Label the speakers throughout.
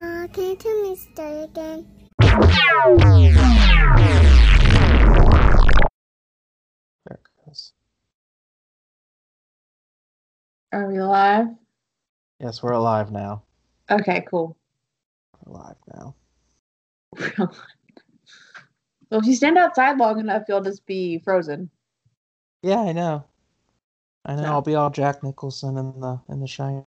Speaker 1: Uh, can you tell me a story again?
Speaker 2: There it goes.
Speaker 3: Are we live?
Speaker 2: Yes, we're alive now.
Speaker 3: Okay, cool.
Speaker 2: We're alive now.
Speaker 3: well, if you stand outside long enough, you'll just be frozen.
Speaker 2: Yeah, I know. I know.
Speaker 3: So-
Speaker 2: I'll be all Jack Nicholson in the in the Shining.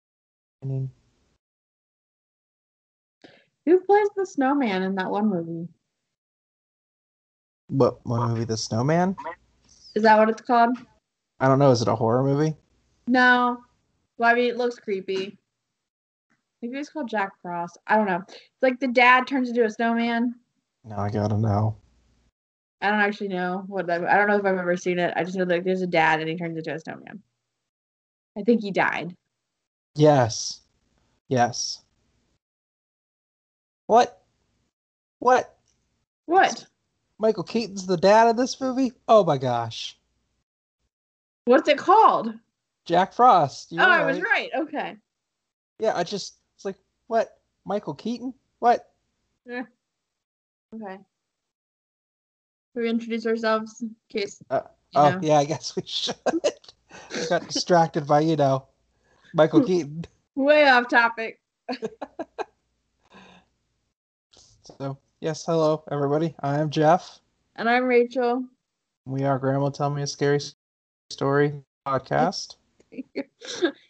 Speaker 3: Who plays the snowman in that one movie?
Speaker 2: What what movie? The Snowman?
Speaker 3: Is that what it's called?
Speaker 2: I don't know. Is it a horror movie?
Speaker 3: No. Well, I mean, it looks creepy. Maybe it's called Jack Frost. I don't know. It's like the dad turns into a snowman.
Speaker 2: No, I gotta know.
Speaker 3: I don't actually know what that. I don't know if I've ever seen it. I just know like there's a dad and he turns into a snowman. I think he died.
Speaker 2: Yes. Yes. What? What?
Speaker 3: What?
Speaker 2: Michael Keaton's the dad of this movie? Oh my gosh.
Speaker 3: What's it called?
Speaker 2: Jack Frost. you
Speaker 3: oh,
Speaker 2: were
Speaker 3: I was right. Okay.
Speaker 2: Yeah, I just it's like, what? Michael Keaton? What?
Speaker 3: Okay. We introduce ourselves in case.
Speaker 2: Uh,
Speaker 3: you
Speaker 2: Oh
Speaker 3: know.
Speaker 2: yeah, I guess we should. I got distracted by you know Michael Keaton.
Speaker 3: Way off topic.
Speaker 2: So yes, hello everybody. I am Jeff.
Speaker 3: And I'm Rachel.
Speaker 2: We are Grandma Tell Me a Scary S- Story podcast.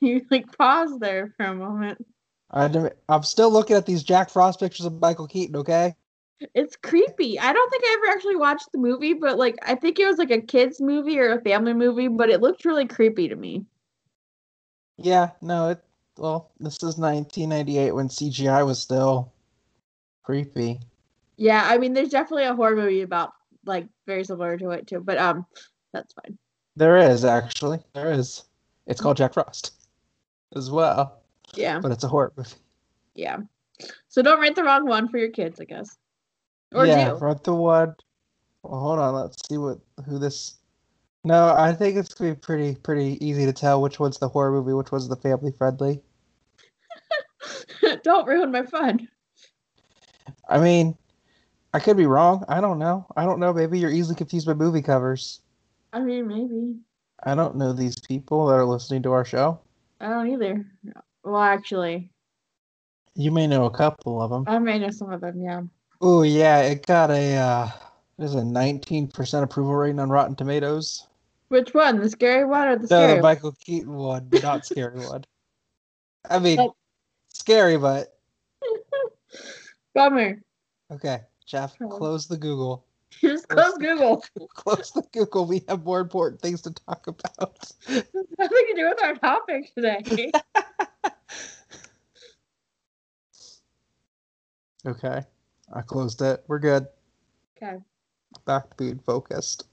Speaker 3: you like paused there for a moment.
Speaker 2: I don't- I'm still looking at these Jack Frost pictures of Michael Keaton. Okay,
Speaker 3: It's creepy. I don't think I ever actually watched the movie, but like I think it was like a kids movie or a family movie, but it looked really creepy to me.
Speaker 2: yeah, no, it. Well, this is 1998 when CGI was still creepy.
Speaker 3: Yeah, I mean, there's definitely a horror movie about like very similar to it too, but um, that's fine.
Speaker 2: There is actually there is. It's called Jack Frost, as well,
Speaker 3: Yeah,
Speaker 2: but it's a horror movie.
Speaker 3: yeah. So don't rent the wrong one for your kids, I guess. Or
Speaker 2: yeah,
Speaker 3: do.
Speaker 2: front the one. Well, hold on, let's see what who this. No, I think it's gonna be pretty pretty easy to tell which one's the horror movie, which one's the family friendly.
Speaker 3: don't ruin my fun.
Speaker 2: I mean, I could be wrong. I don't know. I don't know. Maybe you're easily confused by movie covers.
Speaker 3: I mean, maybe
Speaker 2: I don't know these people that are listening to our show.
Speaker 3: I don't either. Well, actually,
Speaker 2: You may know a couple of them.
Speaker 3: I may know some of them. Yeah.
Speaker 2: Oh yeah, it got a uh, there's a 19% approval rating on Rotten Tomatoes.
Speaker 3: Which one? The scary one or the
Speaker 2: No,
Speaker 3: scary?
Speaker 2: the
Speaker 3: one?
Speaker 2: Michael Keaton one, but not scary one. I mean,
Speaker 3: But-
Speaker 2: scary, but
Speaker 3: Bummer.
Speaker 2: Okay, Jeff,
Speaker 3: Oh.
Speaker 2: close the Google.
Speaker 3: Just close Google.
Speaker 2: Close the Google. We have more important things to talk about.
Speaker 3: Nothing to do with our topic today.
Speaker 2: Okay, I closed it. We're good.
Speaker 3: okay.
Speaker 2: Back to being focused.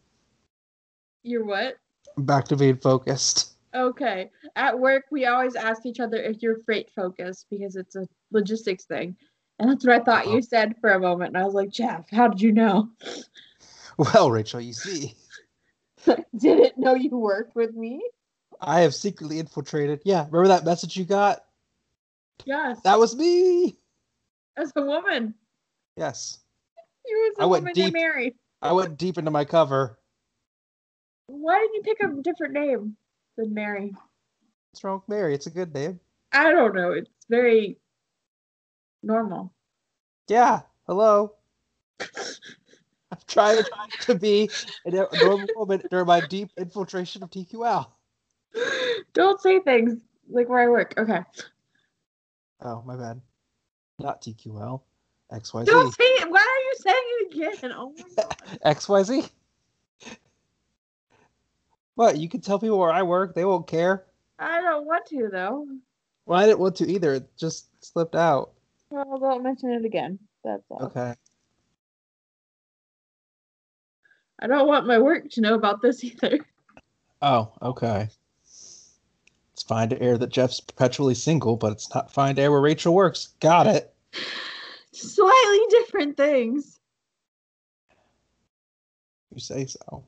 Speaker 3: You're what?
Speaker 2: Back to being focused.
Speaker 3: Okay. At work, we always ask each other if you're freight focused because it's a logistics thing. And that's what I thought
Speaker 2: Uh-huh.
Speaker 3: you said for a moment. And I was like, Jeff, how did you know?
Speaker 2: Well, Rachel, you see,
Speaker 3: Didn't know you worked with me?
Speaker 2: I have secretly infiltrated. Yeah, remember that message you got?
Speaker 3: Yes.
Speaker 2: That was me.
Speaker 3: as a woman.
Speaker 2: Yes,
Speaker 3: You was
Speaker 2: I
Speaker 3: a
Speaker 2: went
Speaker 3: woman
Speaker 2: deep.
Speaker 3: you married.
Speaker 2: I went deep into my cover.
Speaker 3: Why did you pick a different name than Mary?
Speaker 2: What's wrong with Mary? It's a good name.
Speaker 3: I don't know. It's very normal.
Speaker 2: Yeah. Hello. I'm trying to be a normal woman during my deep infiltration of TQL.
Speaker 3: don't say things like where I work. Okay.
Speaker 2: Oh, my bad. Not TQL.
Speaker 3: Don't
Speaker 2: XYZ.
Speaker 3: say it. Why are you saying it again? Oh my God.
Speaker 2: XYZ. What? You can tell people where I work. They won't care.
Speaker 3: I don't want to though.
Speaker 2: Well, I didn't want to either. It just slipped out.
Speaker 3: Well, don't mention it again. That's all.
Speaker 2: Okay.
Speaker 3: I don't want my work to know about this either.
Speaker 2: Oh, okay. It's fine to air that Jeff's perpetually single, but it's not fine to air where Rachel works. Got it.
Speaker 3: Slightly different things.
Speaker 2: You say so.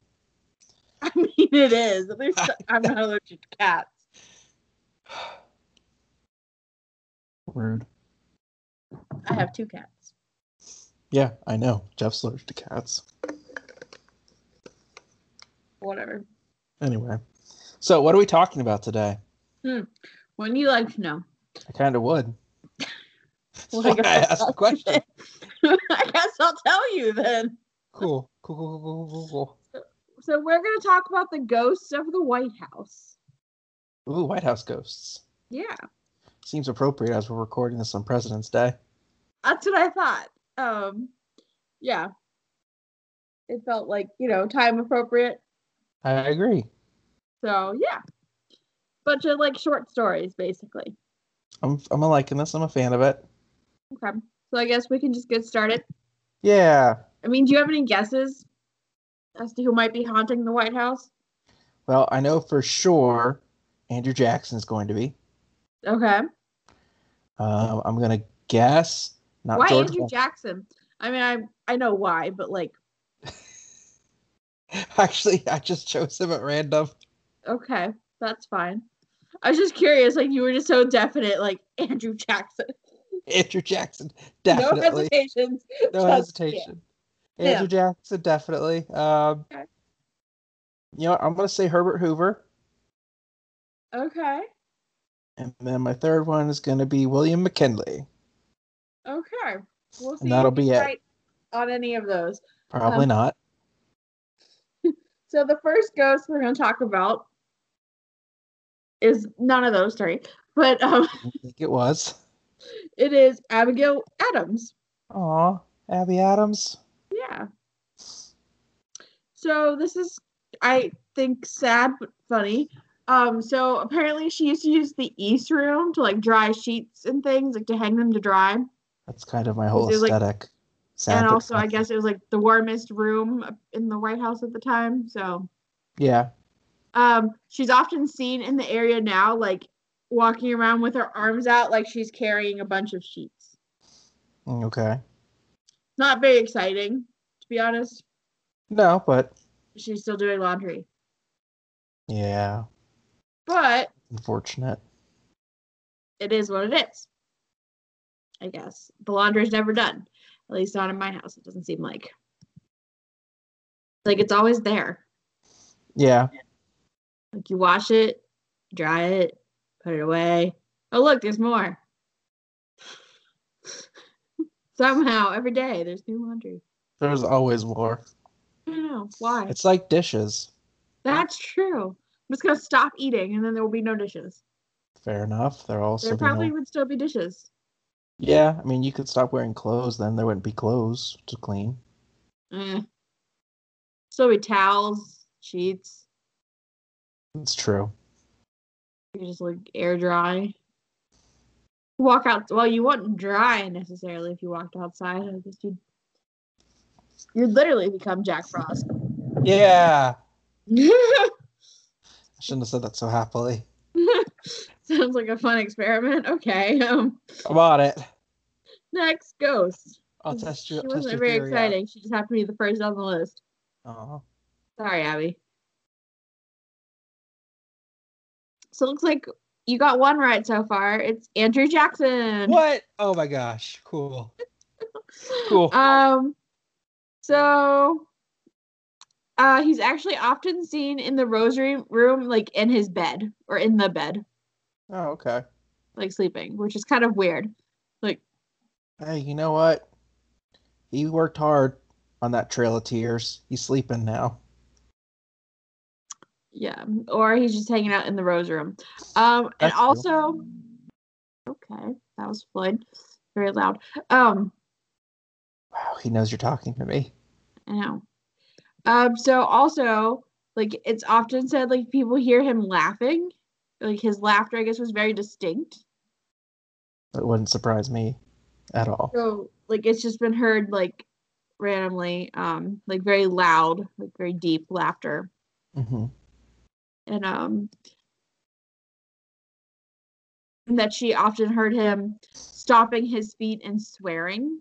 Speaker 3: I mean, it is. There's, I'm not allergic to cats.
Speaker 2: Rude.
Speaker 3: I have two cats.
Speaker 2: Yeah, I know. Jeff's allergic to cats.
Speaker 3: Whatever.
Speaker 2: Anyway, so what are we talking about today?
Speaker 3: Wouldn't you like to know?
Speaker 2: I kind of would. That's
Speaker 3: Well, I
Speaker 2: why I
Speaker 3: guess
Speaker 2: asked the question.
Speaker 3: I guess I'll tell you then.
Speaker 2: Cool. Cool, cool, cool, cool, cool,
Speaker 3: So we're gonna talk about the ghosts of the White House.
Speaker 2: cool. Ooh, White House ghosts.
Speaker 3: Yeah,
Speaker 2: Seems appropriate as we're recording this on President's Day.
Speaker 3: that's what I thought. Um, yeah, it felt like you know time appropriate.
Speaker 2: I agree.
Speaker 3: So yeah, bunch of like short stories basically.
Speaker 2: I'm I'm liking this. I'm a fan of it.
Speaker 3: Okay, so I guess we can just get started.
Speaker 2: Yeah.
Speaker 3: I mean, do you have any guesses as to who might be haunting the White House?
Speaker 2: Well, I know for sure Andrew Jackson's going to be.
Speaker 3: Okay,
Speaker 2: Um, I'm gonna guess not
Speaker 3: why
Speaker 2: George.
Speaker 3: Andrew
Speaker 2: Wa-
Speaker 3: Jackson? I mean, I I know why, but like,
Speaker 2: Actually, I just chose him at random.
Speaker 3: okay, that's fine. I was just curious, like you were just so definite, like Andrew Jackson.
Speaker 2: Andrew Jackson,
Speaker 3: No
Speaker 2: definitely.
Speaker 3: hesitations.
Speaker 2: No,
Speaker 3: just
Speaker 2: hesitation.
Speaker 3: Yeah.
Speaker 2: Andrew Jackson, definitely. Um,
Speaker 3: Okay.
Speaker 2: You know, what, I'm gonna say Herbert Hoover,
Speaker 3: Okay.
Speaker 2: and then my third one is gonna be William McKinley.
Speaker 3: Okay. We'll see.
Speaker 2: that'll
Speaker 3: if
Speaker 2: be
Speaker 3: you're
Speaker 2: it.
Speaker 3: right on any of those.
Speaker 2: Probably
Speaker 3: Um,
Speaker 2: not.
Speaker 3: So the first ghost we're going to talk about is none of those three, but um,
Speaker 2: I think it was.
Speaker 3: it is Abigail Adams.
Speaker 2: Aw, Abby Adams.
Speaker 3: Yeah. So this is, I think, sad but funny. Um, so apparently she used to use the east room to like dry sheets and things, like to hang them to dry.
Speaker 2: That's kind of my whole
Speaker 3: There's, like-
Speaker 2: aesthetic. Sad
Speaker 3: and
Speaker 2: but
Speaker 3: also, I
Speaker 2: funny.
Speaker 3: guess it was like the warmest room in the White House at the time. So
Speaker 2: Yeah.
Speaker 3: Um, she's often seen in the area now, like walking around with her arms out, like she's carrying a bunch of sheets.
Speaker 2: Mm, Okay.
Speaker 3: Not very exciting, to be honest.
Speaker 2: No, but
Speaker 3: She's still doing laundry,
Speaker 2: yeah,
Speaker 3: but
Speaker 2: unfortunate.
Speaker 3: it is what it is. I guess the laundry's never done. At least not in my house. It doesn't seem like. Like it's always there.
Speaker 2: Yeah.
Speaker 3: Like you wash it, dry it, put it away. Oh look, there's more. Somehow, every day there's new laundry.
Speaker 2: There's always war.
Speaker 3: I don't know why.
Speaker 2: It's like dishes.
Speaker 3: That's true. I'm just gonna stop eating, and then there will be no dishes.
Speaker 2: Fair enough. There also
Speaker 3: there
Speaker 2: be no-
Speaker 3: probably would still be dishes.
Speaker 2: Yeah, I mean, you could stop wearing clothes, then there wouldn't be clothes to clean.
Speaker 3: Eh. Still be towels, sheets.
Speaker 2: It's true.
Speaker 3: You could just like air dry. Walk out. Well, you wouldn't dry necessarily if you walked outside. I guess you'd you'd literally become Jack Frost.
Speaker 2: Yeah. I shouldn't have said that so happily.
Speaker 3: Sounds like a fun experiment. Okay. Um.
Speaker 2: I'm on it.
Speaker 3: Next, ghost.
Speaker 2: I'll test you.
Speaker 3: She
Speaker 2: test
Speaker 3: wasn't
Speaker 2: your
Speaker 3: very
Speaker 2: theory
Speaker 3: exciting. She just happened to be the first on the list.
Speaker 2: Out.
Speaker 3: Sorry, Abby. So it looks like you got one right so far. It's Andrew
Speaker 2: Aw.
Speaker 3: Jackson.
Speaker 2: What? Oh my gosh. Cool. Cool.
Speaker 3: Um, so uh, he's actually often seen in the rosary room, like in his bed or in the bed,
Speaker 2: Oh, okay.
Speaker 3: like sleeping, which is kind of weird. Like,
Speaker 2: Hey, you know what? He worked hard on that Trail of Tears. He's sleeping now.
Speaker 3: yeah, or he's just hanging out in the rose room. Um, and
Speaker 2: That's cool.
Speaker 3: also, okay, that was Floyd, very loud. Um,
Speaker 2: Wow, he knows you're talking to me.
Speaker 3: I know. Um, so also, like it's often said, like people hear him laughing. Like his laughter, I guess, was very distinct.
Speaker 2: It wouldn't surprise me at all.
Speaker 3: So like it's just been heard like randomly, um, like very loud, like very deep laughter.
Speaker 2: hmm
Speaker 3: And um that she often heard him stomping his feet and swearing.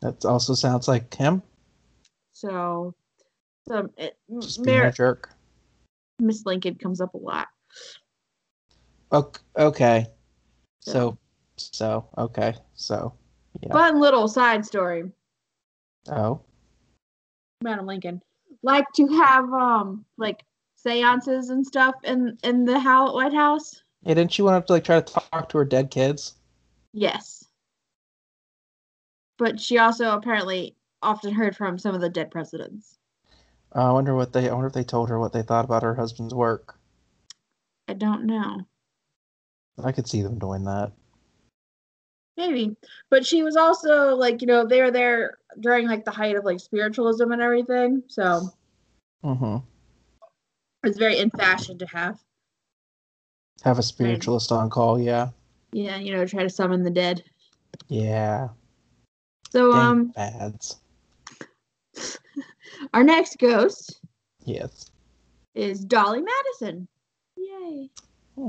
Speaker 2: That also sounds like him.
Speaker 3: So some it,
Speaker 2: Just being a
Speaker 3: Mer-
Speaker 2: jerk.
Speaker 3: Miss Lincoln comes up a lot.
Speaker 2: Okay. okay. So So okay. So Yeah.
Speaker 3: Fun little side story.
Speaker 2: oh
Speaker 3: Madam Lincoln, like to have um like seances and stuff in in the how- White House.
Speaker 2: yeah. Didn't she want to like try to talk to her dead kids?
Speaker 3: Yes, but she also apparently often heard from some of the dead presidents.
Speaker 2: Uh, I wonder what they. I wonder if they told her what they thought about her husband's work.
Speaker 3: I don't know,
Speaker 2: I could see them doing that.
Speaker 3: maybe, but she was also like you know they were there during like the height of like spiritualism and everything, so
Speaker 2: Mm-hmm.
Speaker 3: it's very in fashion to have
Speaker 2: Have a spiritualist on call. Yeah.
Speaker 3: yeah you know try to summon the dead.
Speaker 2: Yeah.
Speaker 3: So
Speaker 2: Dang
Speaker 3: um
Speaker 2: fads.
Speaker 3: our next ghost
Speaker 2: Yes.
Speaker 3: is Dolly Madison. Yay.
Speaker 2: Hmm.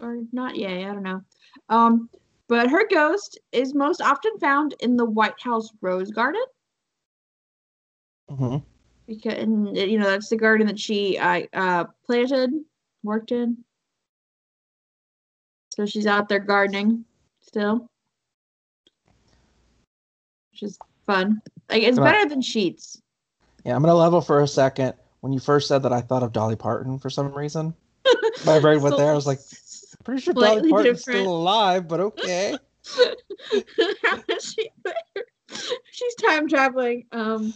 Speaker 3: Or not yay, I don't know. Um, but her ghost is most often found in the White House Rose Garden
Speaker 2: Mm-hmm.
Speaker 3: because and, you know that's the garden that she uh, uh, planted, worked in. So she's out there gardening still, which is fun. Like it's
Speaker 2: Can I-
Speaker 3: better than sheets.
Speaker 2: Yeah. I'm gonna level for a second. When you first said that, I thought of Dolly Parton for some reason. I read what there, I was like, Pretty sure Dolly
Speaker 3: Slightly
Speaker 2: Parton's
Speaker 3: different.
Speaker 2: still alive, but okay.
Speaker 3: How is she she's time traveling um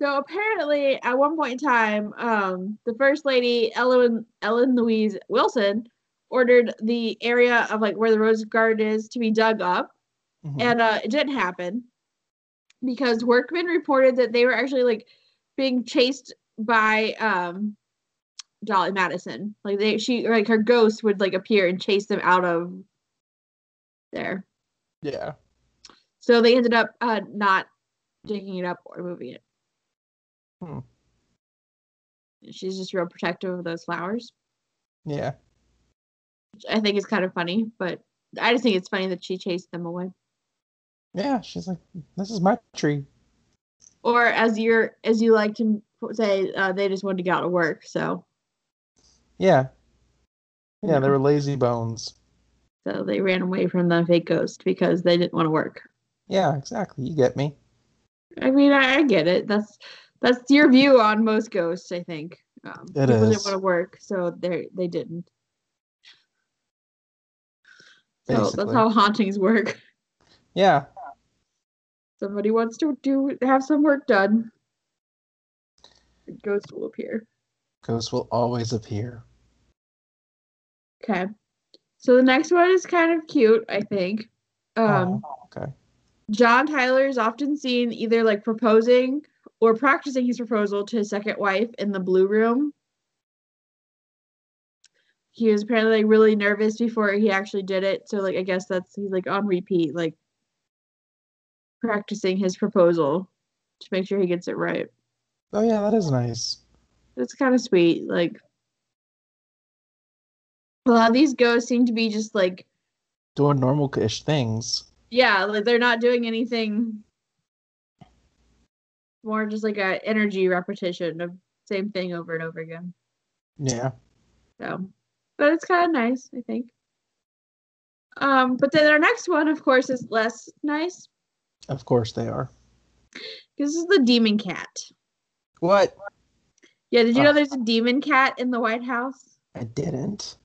Speaker 3: so apparently at one point in time um the first lady ellen ellen louise wilson ordered the area of like where the rose garden is to be dug up
Speaker 2: Mhm.
Speaker 3: and uh, it didn't happen because workmen reported that they were actually like being chased by um Dolly Madison. Like they, she, like her ghost would like appear and chase them out of there.
Speaker 2: yeah.
Speaker 3: So they ended up uh, not digging it up or moving it.
Speaker 2: Hmm.
Speaker 3: She's just real protective of those flowers,
Speaker 2: Yeah.
Speaker 3: which I think is kind of funny. But I just think it's funny that she chased them away.
Speaker 2: Yeah. She's like, This is my tree.
Speaker 3: Or as you're, as you like to say, uh, they just wanted to get out of work. So
Speaker 2: Yeah. Yeah,
Speaker 3: Yeah.
Speaker 2: they were lazy bones.
Speaker 3: So they ran away from the fake ghost because they didn't want to work.
Speaker 2: Yeah, exactly. You get me.
Speaker 3: I mean, I, I get it. That's that's your view on most ghosts, I think. Um,
Speaker 2: It
Speaker 3: people
Speaker 2: is.
Speaker 3: didn't want to work, so they they didn't. So that's
Speaker 2: Basically.
Speaker 3: how hauntings work.
Speaker 2: Yeah.
Speaker 3: Somebody wants to do have some work done. The ghost will appear.
Speaker 2: Ghosts will always appear.
Speaker 3: Okay. So the next one is kind of cute, I think. Um,
Speaker 2: Oh, okay.
Speaker 3: John Tyler is often seen either like proposing or practicing his proposal to his second wife in the blue room. He was apparently like, really nervous before he actually did it, so like I guess that's he's like on repeat, like practicing his proposal to make sure he gets it right.
Speaker 2: Oh yeah, that is nice.
Speaker 3: That's kind of sweet. Like a lot of these ghosts seem to be just like
Speaker 2: Doing normal ish things.
Speaker 3: yeah, like they're not doing anything more just like a energy repetition of same thing over and over again.
Speaker 2: Yeah.
Speaker 3: So but it's kind of nice, I think. Um, but then our next one, of course, is less nice.
Speaker 2: Of course they are.
Speaker 3: This is the demon cat.
Speaker 2: What?
Speaker 3: Yeah, did you know
Speaker 2: Ah.
Speaker 3: there's a demon cat in the White House?
Speaker 2: I didn't.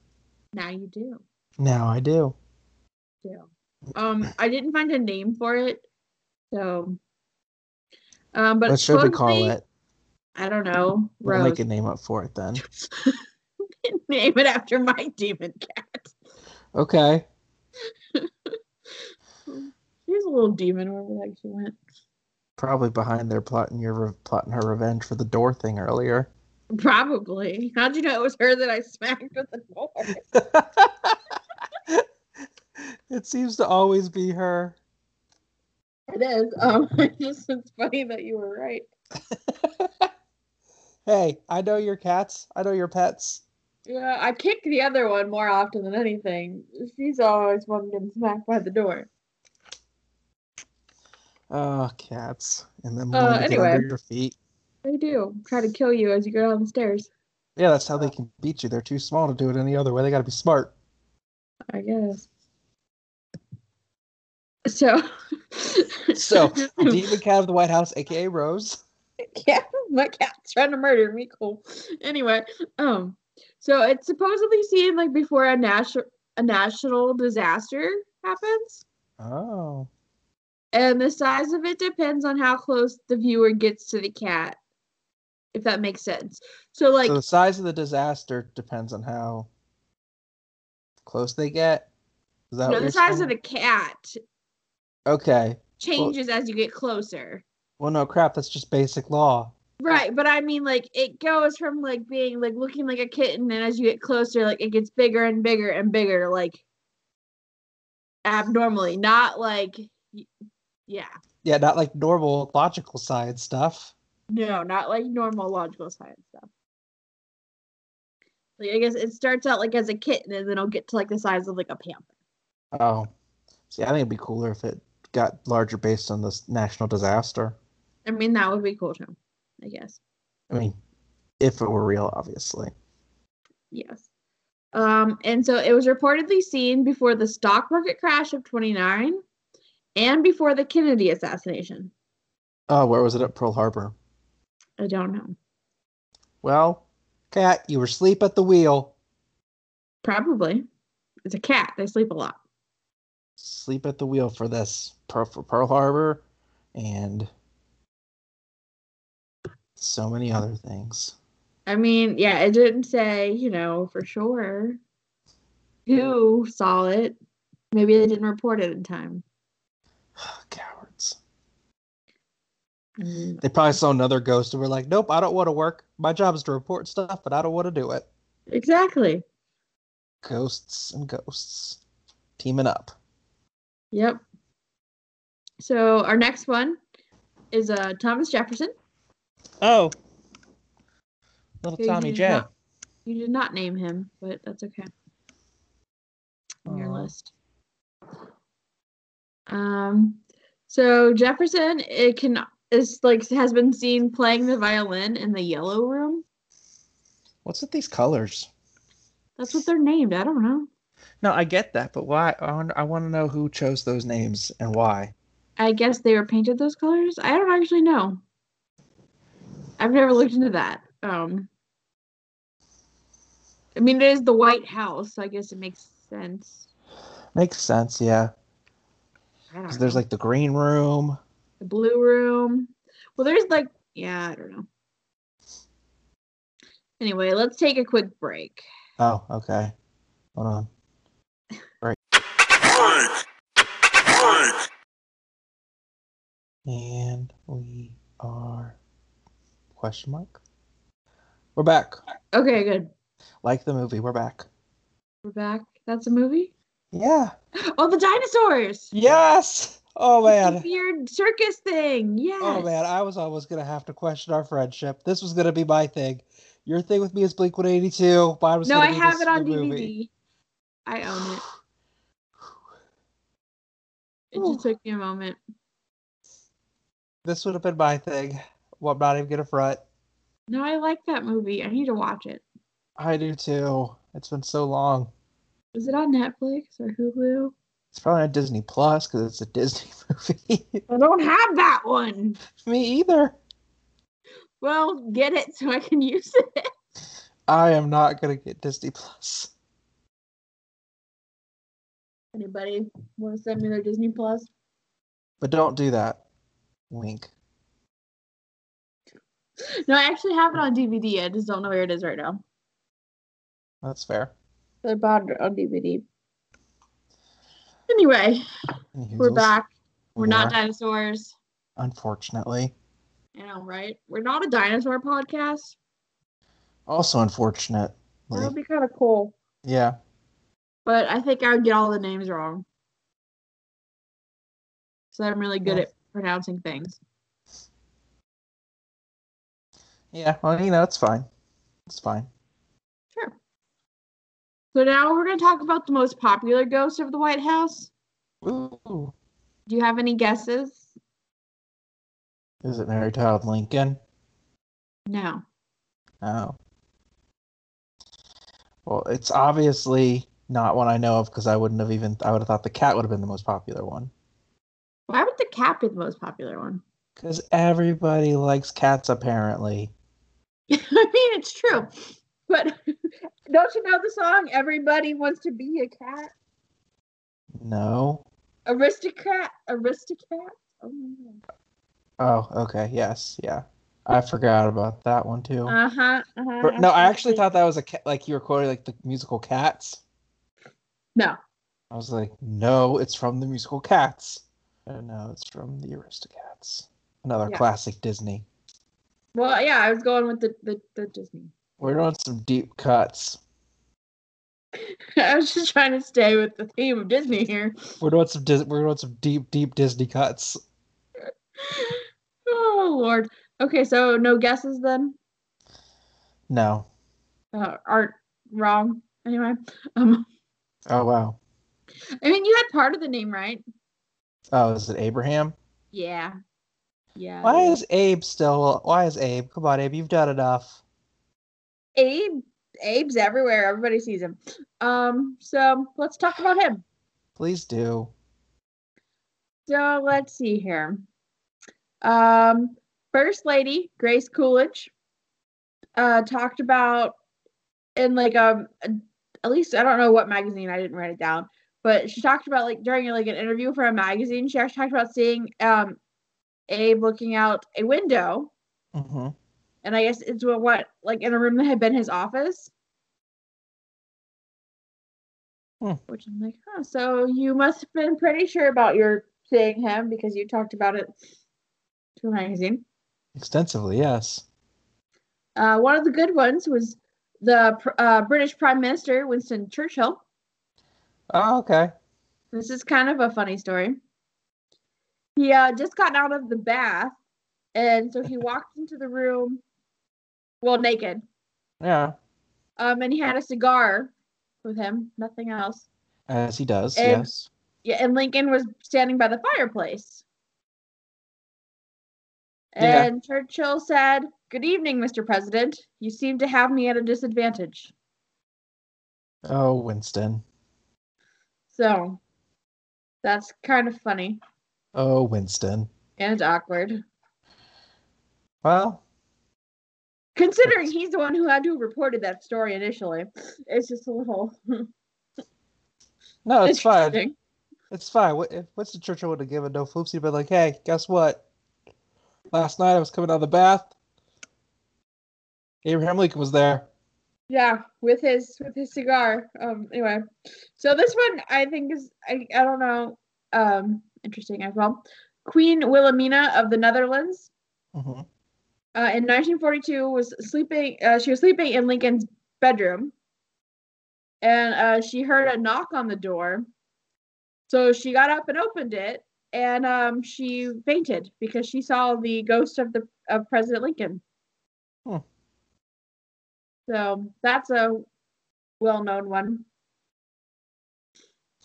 Speaker 3: Now you do.
Speaker 2: Now I do.
Speaker 3: do. Um, I didn't find a name for it, so. Um, but
Speaker 2: what should we call
Speaker 3: supposedly-
Speaker 2: it?
Speaker 3: I don't know.
Speaker 2: We'll
Speaker 3: Rose.
Speaker 2: make a name up for it then.
Speaker 3: Name it after my demon cat.
Speaker 2: Okay.
Speaker 3: She was a little demon wherever the heck she went.
Speaker 2: Probably behind there plotting your re- plotting her revenge for the door thing earlier.
Speaker 3: Probably. How'd you know it was her that I smacked with the door?
Speaker 2: it seems to always be her.
Speaker 3: It is. Um, it's just it's funny that you were right.
Speaker 2: Hey, I know your cats. I know your pets.
Speaker 3: Yeah, I kick the other one more often than anything. She's always one getting smacked by the door.
Speaker 2: Oh, cats. And then
Speaker 3: Uh,
Speaker 2: wanting to get under
Speaker 3: anyway.
Speaker 2: your feet.
Speaker 3: They do try to kill you as you go down the stairs.
Speaker 2: Yeah, that's how they can beat you. They're too small to do it any other way. They got to be smart.
Speaker 3: I guess. So.
Speaker 2: So, Dean McCann of the White House, aka Rose.
Speaker 3: yeah, my cat's trying to murder me. Cool. Anyway, um, so it's supposedly seen like before a national a national disaster happens,
Speaker 2: Oh.
Speaker 3: and the size of it depends on how close the viewer gets to the cat. If that makes sense. So like
Speaker 2: so the size of the disaster depends on how close they get. Is that
Speaker 3: no,
Speaker 2: what
Speaker 3: the
Speaker 2: you're
Speaker 3: size
Speaker 2: saying?
Speaker 3: of the cat
Speaker 2: Okay.
Speaker 3: changes as you get closer.
Speaker 2: Well, no crap. That's just basic law.
Speaker 3: Right, but I mean, like it goes from like being like looking like a kitten, and as you get closer, like it gets bigger and bigger and bigger, like abnormally. Not like, y- yeah,
Speaker 2: Yeah, not like normal logical science stuff.
Speaker 3: no, not like normal logical science stuff. Like I guess it starts out like as a kitten, and then it'll get to like the size of like a panther.
Speaker 2: Oh. See, I think it'd be cooler if it got larger based on this national disaster.
Speaker 3: I mean, that would be cool too, I guess.
Speaker 2: I mean, if it were real, obviously.
Speaker 3: Yes. Um, and so it was reportedly seen before the stock market crash of 29 and before the Kennedy assassination.
Speaker 2: Oh, where was it at Pearl Harbor?
Speaker 3: I don't know.
Speaker 2: Well, Cat, you were asleep at the wheel.
Speaker 3: Probably. It's a cat. They sleep a lot.
Speaker 2: Sleep at the wheel for this Pearl, for Pearl Harbor, and so many other things.
Speaker 3: I mean, yeah, it didn't say, you know, for sure who saw it. Maybe they didn't report it in time.
Speaker 2: Cowards. They probably saw another ghost and were like, "Nope, I don't want to work. My job is to report stuff, but I don't want to do it."
Speaker 3: Exactly.
Speaker 2: Ghosts and ghosts teaming up.
Speaker 3: Yep. So our next one is uh, Thomas Jefferson.
Speaker 2: Oh, little
Speaker 3: who you
Speaker 2: Tommy
Speaker 3: did
Speaker 2: J.
Speaker 3: not- you did not name him, but that's okay. on your
Speaker 2: Aw.
Speaker 3: list. Um, so Jefferson, it can is like has been seen playing the violin in the Yellow Room.
Speaker 2: What's with these colors?
Speaker 3: That's what they're named. I don't know.
Speaker 2: No, I get that, but why? I want, I want to know who chose those names and why.
Speaker 3: I guess they were painted those colors. I don't actually know. I've never looked into that. Um, I mean, it is the White House, so I guess it makes sense.
Speaker 2: Makes sense, yeah.
Speaker 3: I don't
Speaker 2: 'Cause there's
Speaker 3: know.
Speaker 2: like the green room.
Speaker 3: the blue room. Well, there's like, yeah, I don't know. Anyway, let's take a quick break.
Speaker 2: Oh, okay. Hold on. Right. And we are question mark. We're back.
Speaker 3: Okay, good.
Speaker 2: Like the movie, we're back.
Speaker 3: We're back. That's a movie.
Speaker 2: Yeah.
Speaker 3: Oh, the dinosaurs.
Speaker 2: Yes. Oh
Speaker 3: It's
Speaker 2: man.
Speaker 3: a weird circus thing. Yes.
Speaker 2: Oh man, I was almost gonna have to question our friendship. This was gonna be my thing. Your thing with me is Blink 182. Mine was
Speaker 3: no,
Speaker 2: gonna
Speaker 3: I
Speaker 2: be
Speaker 3: have
Speaker 2: this
Speaker 3: it on DVD.
Speaker 2: movie.
Speaker 3: I own it. It
Speaker 2: Whew.
Speaker 3: just took me a moment.
Speaker 2: This would have been my thing. Well, I'm not even gonna front.
Speaker 3: No, I like that movie. I need to watch it.
Speaker 2: I do too. It's been so long.
Speaker 3: Is it on Netflix or Hulu?
Speaker 2: It's probably on Disney Plus because it's a Disney movie.
Speaker 3: I don't have that one.
Speaker 2: Me either.
Speaker 3: Well, get it so I can use it.
Speaker 2: I am not gonna get Disney Plus.
Speaker 3: Anybody want to send me their Disney Plus?
Speaker 2: But don't do that. Wink.
Speaker 3: No, I actually have it on DVD. I just don't know where it is right now.
Speaker 2: That's fair.
Speaker 3: I bought it on DVD. Anyway,
Speaker 2: Any
Speaker 3: we're
Speaker 2: hoozles?
Speaker 3: back. We're
Speaker 2: We
Speaker 3: not
Speaker 2: are,
Speaker 3: dinosaurs.
Speaker 2: Unfortunately.
Speaker 3: I know, right? We're not a dinosaur podcast.
Speaker 2: Also unfortunately.
Speaker 3: That would be kind of cool.
Speaker 2: Yeah.
Speaker 3: But I think I would get all the names wrong. So I'm really good
Speaker 2: Yeah.
Speaker 3: at pronouncing things.
Speaker 2: Yeah. Well, you know, it's fine. It's fine.
Speaker 3: Sure. So now we're going to talk about the most popular ghost of the White House.
Speaker 2: Ooh.
Speaker 3: Do you have any guesses?
Speaker 2: Is it Mary Todd Lincoln?
Speaker 3: No.
Speaker 2: Oh. No. Well, it's obviously Not one I know of because I wouldn't have even. I would have thought the cat would have been the most popular one
Speaker 3: Why would the cat be the most popular one?
Speaker 2: because everybody likes cats apparently.
Speaker 3: I mean, it's true. But don't you know the song Everybody Wants to Be a Cat?
Speaker 2: No.
Speaker 3: Aristocrat, aristocrat. Oh my
Speaker 2: Oh, okay. Yes. Yeah. I forgot about that one too.
Speaker 3: god. Uh huh. Uh-huh,
Speaker 2: Oh. Or- no, I actually
Speaker 3: absolutely.
Speaker 2: thought that was a cat, like you were quoting like the musical Cats.
Speaker 3: No.
Speaker 2: I was like, no, it's from the musical Cats. And no, it's from the Aristocats. Another
Speaker 3: Yeah.
Speaker 2: classic Disney.
Speaker 3: Well, yeah, I was going with the the, the Disney.
Speaker 2: We're doing some deep cuts.
Speaker 3: I was just trying to stay with the theme of Disney here.
Speaker 2: We're doing some. Dis- we're doing some deep, deep Disney cuts.
Speaker 3: Oh lord. Okay, so no guesses then.
Speaker 2: No.
Speaker 3: Uh, aren't wrong anyway. Um,
Speaker 2: Oh wow.
Speaker 3: I mean, you had part of the name right.
Speaker 2: Oh, is it Abraham?
Speaker 3: Yeah. Yeah.
Speaker 2: Why is Abe still? Why is Abe? Come on, Abe, you've done enough.
Speaker 3: Abe? Abe's everywhere. Everybody sees him. Um. So let's talk about him.
Speaker 2: Please do.
Speaker 3: So let's see here. Um, First Lady Grace Coolidge uh, talked about in like um at least I don't know what magazine I didn't write it down, but she talked about like during like an interview for a magazine. She actually talked about seeing um Abe looking out a window,
Speaker 2: hmm
Speaker 3: and I guess it's what, what like in a room that had been his office.
Speaker 2: Hmm.
Speaker 3: Which I'm like, huh. So you must have been pretty sure about your seeing him because you talked about it to a magazine.
Speaker 2: Extensively, yes.
Speaker 3: Uh, one of the good ones was the pr- uh, British Prime Minister Winston Churchill.
Speaker 2: Oh, okay.
Speaker 3: This is kind of a funny story. He uh, just got out of the bath, and so he walked into the room, well, naked,
Speaker 2: Yeah,
Speaker 3: um, and he had a cigar with him, nothing else.
Speaker 2: as he does.
Speaker 3: And-
Speaker 2: yes.
Speaker 3: Yeah, and Lincoln was standing by the fireplace.
Speaker 2: Yeah.
Speaker 3: And Churchill said, Good evening, Mr. President. You seem to have me at a disadvantage.
Speaker 2: Oh, Winston.
Speaker 3: So that's kind of funny
Speaker 2: Oh, Winston.
Speaker 3: and awkward.
Speaker 2: Well,
Speaker 3: Considering he's the one who had to have reported that story initially, it's just a little.
Speaker 2: no, it's fine.
Speaker 3: interesting.
Speaker 2: It's fine. What if Winston Churchill would have given no floops? He'd been like, "Hey, guess what? Last night I was coming out of the bath. Abraham Lincoln was there.
Speaker 3: Yeah, with his with his cigar. Um. Anyway, so this one I think is I I don't know. Um. Interesting as well. Queen Wilhelmina of the Netherlands
Speaker 2: hmm
Speaker 3: uh, in 1942 was sleeping. Uh, she was sleeping in Lincoln's bedroom, and uh, she heard a knock on the door. So she got up and opened it, and um, she fainted because she saw the ghost of the of President Lincoln.
Speaker 2: Hmm.
Speaker 3: So that's a well known one.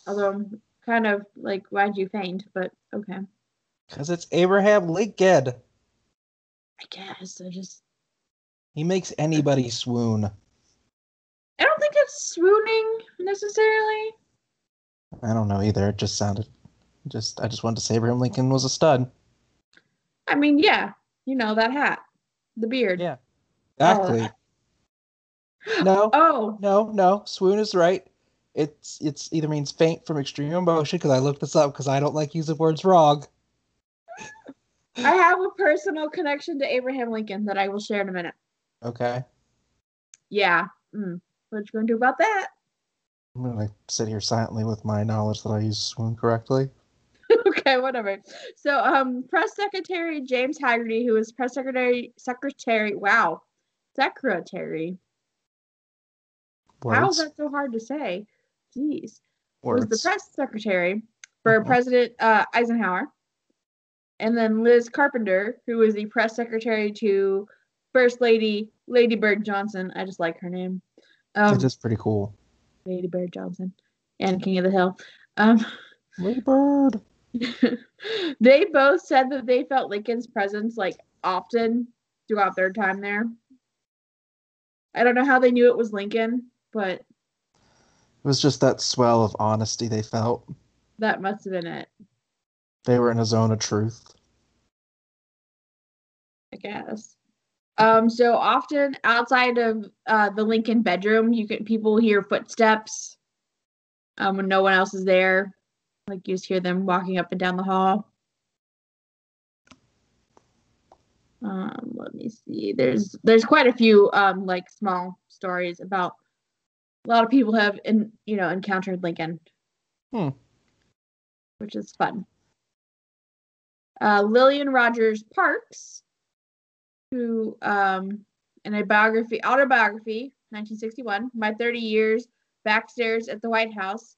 Speaker 3: Although I'm kind of like, why'd you faint? But okay,
Speaker 2: Because it's Abraham Lincoln.
Speaker 3: I guess I just
Speaker 2: He makes anybody swoon.
Speaker 3: I don't think it's swooning necessarily.
Speaker 2: I don't know either. It just sounded. Just I just wanted to say Abraham Lincoln was a stud.
Speaker 3: I mean, yeah, you know that hat, the beard.
Speaker 2: Yeah. Exactly. No.
Speaker 3: Oh,
Speaker 2: No, no, swoon is right. It's it's either means faint from extreme emotion because I looked this up because I don't like using words wrong.
Speaker 3: I have a personal connection to Abraham Lincoln that I will share in a minute.
Speaker 2: Okay,
Speaker 3: Yeah. Mm. What you gonna do about that?
Speaker 2: I'm gonna sit here silently with my knowledge that I use swoon correctly.
Speaker 3: okay, whatever. So, um, press secretary James Haggerty, who was press secretary secretary, wow, secretary. How
Speaker 2: Words,
Speaker 3: is that so hard to say? Jeez. was the
Speaker 2: words.
Speaker 3: press secretary for
Speaker 2: Mhm.
Speaker 3: President uh, Eisenhower, and then Liz Carpenter, who was the press secretary to First Lady Lady Bird Johnson. I just like her name, um,
Speaker 2: It is pretty cool.
Speaker 3: Lady Bird Johnson, and King of the Hill. Um,
Speaker 2: Lady Bird.
Speaker 3: they both said that they felt Lincoln's presence like often throughout their time there. I don't know how they knew it was Lincoln, but
Speaker 2: was just that swell of honesty they felt.
Speaker 3: That must have been it.
Speaker 2: They were in a zone of truth.
Speaker 3: I guess. Um, so often outside of uh, the Lincoln bedroom, you can people hear footsteps um, when no one else is there. Like you just hear them walking up and down the hall. Um, let me see. There's there's quite a few um, like small stories about a lot of people have in, you know encountered Lincoln,
Speaker 2: Hmm.
Speaker 3: which is fun. Uh, Lillian Rogers Parks who um in a biography autobiography 1961 my 30 years backstairs at the white house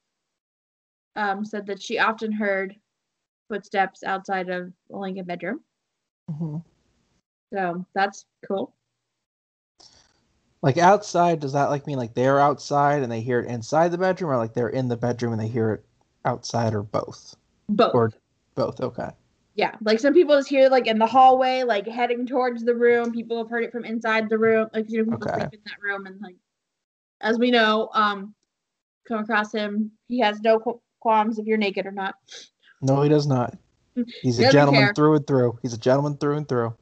Speaker 3: um, said that she often heard footsteps outside of the lincoln bedroom Mm-hmm.
Speaker 2: Mhm.
Speaker 3: so that's cool
Speaker 2: Like outside, does that like mean like they're outside and they hear it inside the bedroom, or like they're in the bedroom and they hear it outside, or both?
Speaker 3: both
Speaker 2: Or both. Okay.
Speaker 3: yeah like some people just hear like in the hallway like heading towards the room people have heard it from inside the room like you know people
Speaker 2: Okay.
Speaker 3: sleep in that room and like as we know um come across him he has no qu- qualms if you're naked or not
Speaker 2: No, he does not. He's a
Speaker 3: Doesn't
Speaker 2: gentleman
Speaker 3: Mm-hmm. care.
Speaker 2: through and through. He's a gentleman through and through.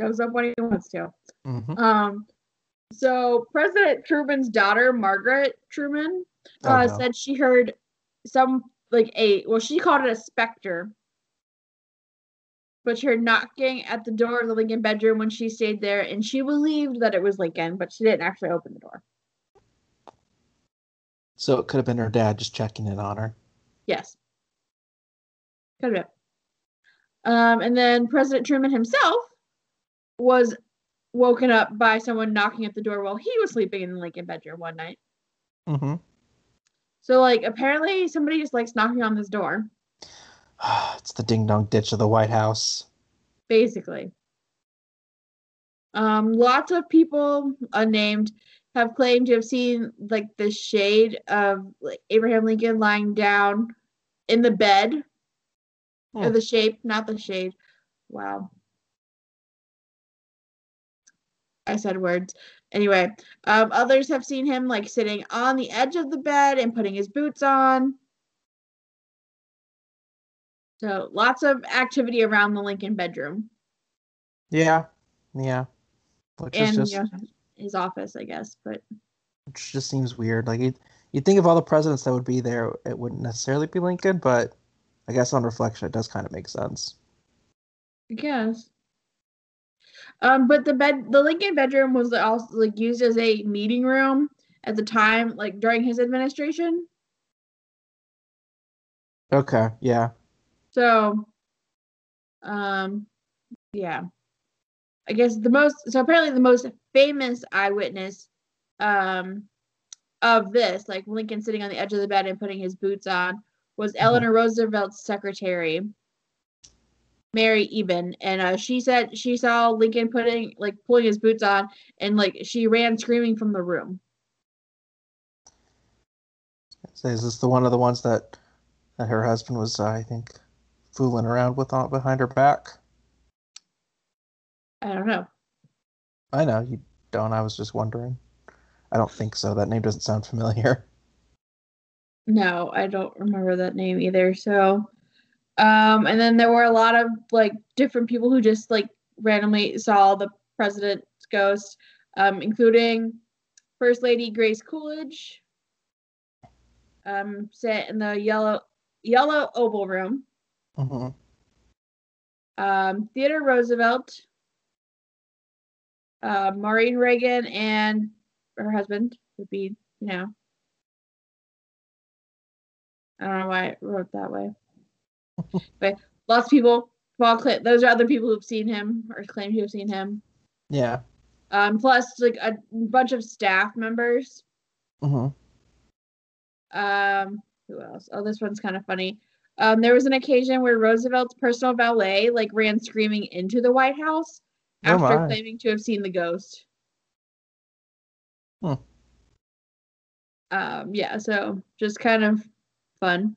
Speaker 3: goes up when he wants to
Speaker 2: hmm
Speaker 3: Um, so President Truman's daughter, Margaret Truman,
Speaker 2: Oh,
Speaker 3: uh,
Speaker 2: no.
Speaker 3: said she heard some like a well, she called it a specter, but she heard knocking at the door of the Lincoln bedroom when she stayed there, and she believed that it was Lincoln, but she didn't actually open the door.
Speaker 2: So it could have been her dad just checking in on her.
Speaker 3: Yes, could have. been. Um, and then President Truman himself was woken up by someone knocking at the door while he was sleeping in the Lincoln bedroom one night.
Speaker 2: Mm-hmm.
Speaker 3: So like apparently somebody just likes knocking on this door,
Speaker 2: it's the ding dong ditch of the White House.
Speaker 3: basically. Um, lots of people unnamed have claimed to have seen like the shade of like, Abraham Lincoln lying down in the bed. Or
Speaker 2: Hmm.
Speaker 3: the shape, not the shade. Wow. I said words. Anyway, um, others have seen him like sitting on the edge of the bed and putting his boots on. So lots of activity around the Lincoln bedroom
Speaker 2: Yeah. Yeah. Which
Speaker 3: and
Speaker 2: is just
Speaker 3: you know, his office, I guess. But
Speaker 2: which just seems weird. Like you'd, you'd think of all the presidents that would be there, it wouldn't necessarily be Lincoln, but I guess on reflection, it does kind of make sense.
Speaker 3: I guess. Um, but the bed, the Lincoln bedroom was also like used as a meeting room at the time, like during his administration.
Speaker 2: Okay, yeah,
Speaker 3: So, um, yeah, I guess the most so apparently the most famous eyewitness, um, of this like Lincoln sitting on the edge of the bed and putting his boots on was Eleanor Roosevelt's secretary, Mary Eben, and uh, she said she saw Lincoln putting like pulling his boots on and like she ran screaming from the room.
Speaker 2: so is this the one of the ones that that her husband was, uh, I think, fooling around with on behind her back?
Speaker 3: I don't know.
Speaker 2: I know you don't. I was just wondering. I don't think so. That name doesn't sound familiar.
Speaker 3: No, I don't remember that name either. So, um, and then there were a lot of like different people who just like randomly saw the president's ghost, um, including First Lady Grace Coolidge, um, sit in the yellow yellow Oval Room.
Speaker 2: hmm
Speaker 3: Um, Theodore Roosevelt, uh, Maureen Reagan, and her husband would be, you know. I don't know why I wrote that way. but lots of people, well, cla- those are other people who've seen him or claim to have seen him.
Speaker 2: Yeah.
Speaker 3: Um, plus, like a bunch of staff members.
Speaker 2: hmm
Speaker 3: Um, who else? Oh, this one's kind of funny. Um, there was an occasion where Roosevelt's personal valet like ran screaming into the White House
Speaker 2: Oh
Speaker 3: after
Speaker 2: my.
Speaker 3: claiming to have seen the ghost.
Speaker 2: Hmm.
Speaker 3: Um, yeah, so just kind of fun.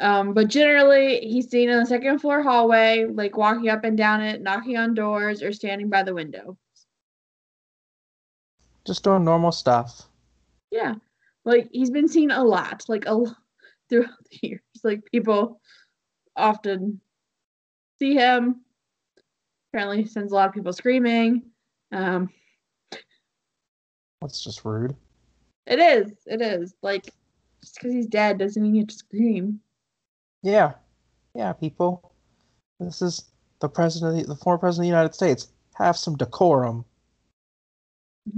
Speaker 3: Um, but generally, he's seen in the second floor hallway, like walking up and down it, knocking on doors, or standing by the window.
Speaker 2: Just doing normal stuff.
Speaker 3: Yeah, like he's been seen a lot, like a lo- throughout the years. Like people often see him. Apparently, he sends a lot of people screaming. Um,
Speaker 2: That's just rude.
Speaker 3: it is, it is. Like just because he's dead doesn't mean you have to scream.
Speaker 2: Yeah, yeah, people. This is the president, of the, the former president of the United States. Have some decorum.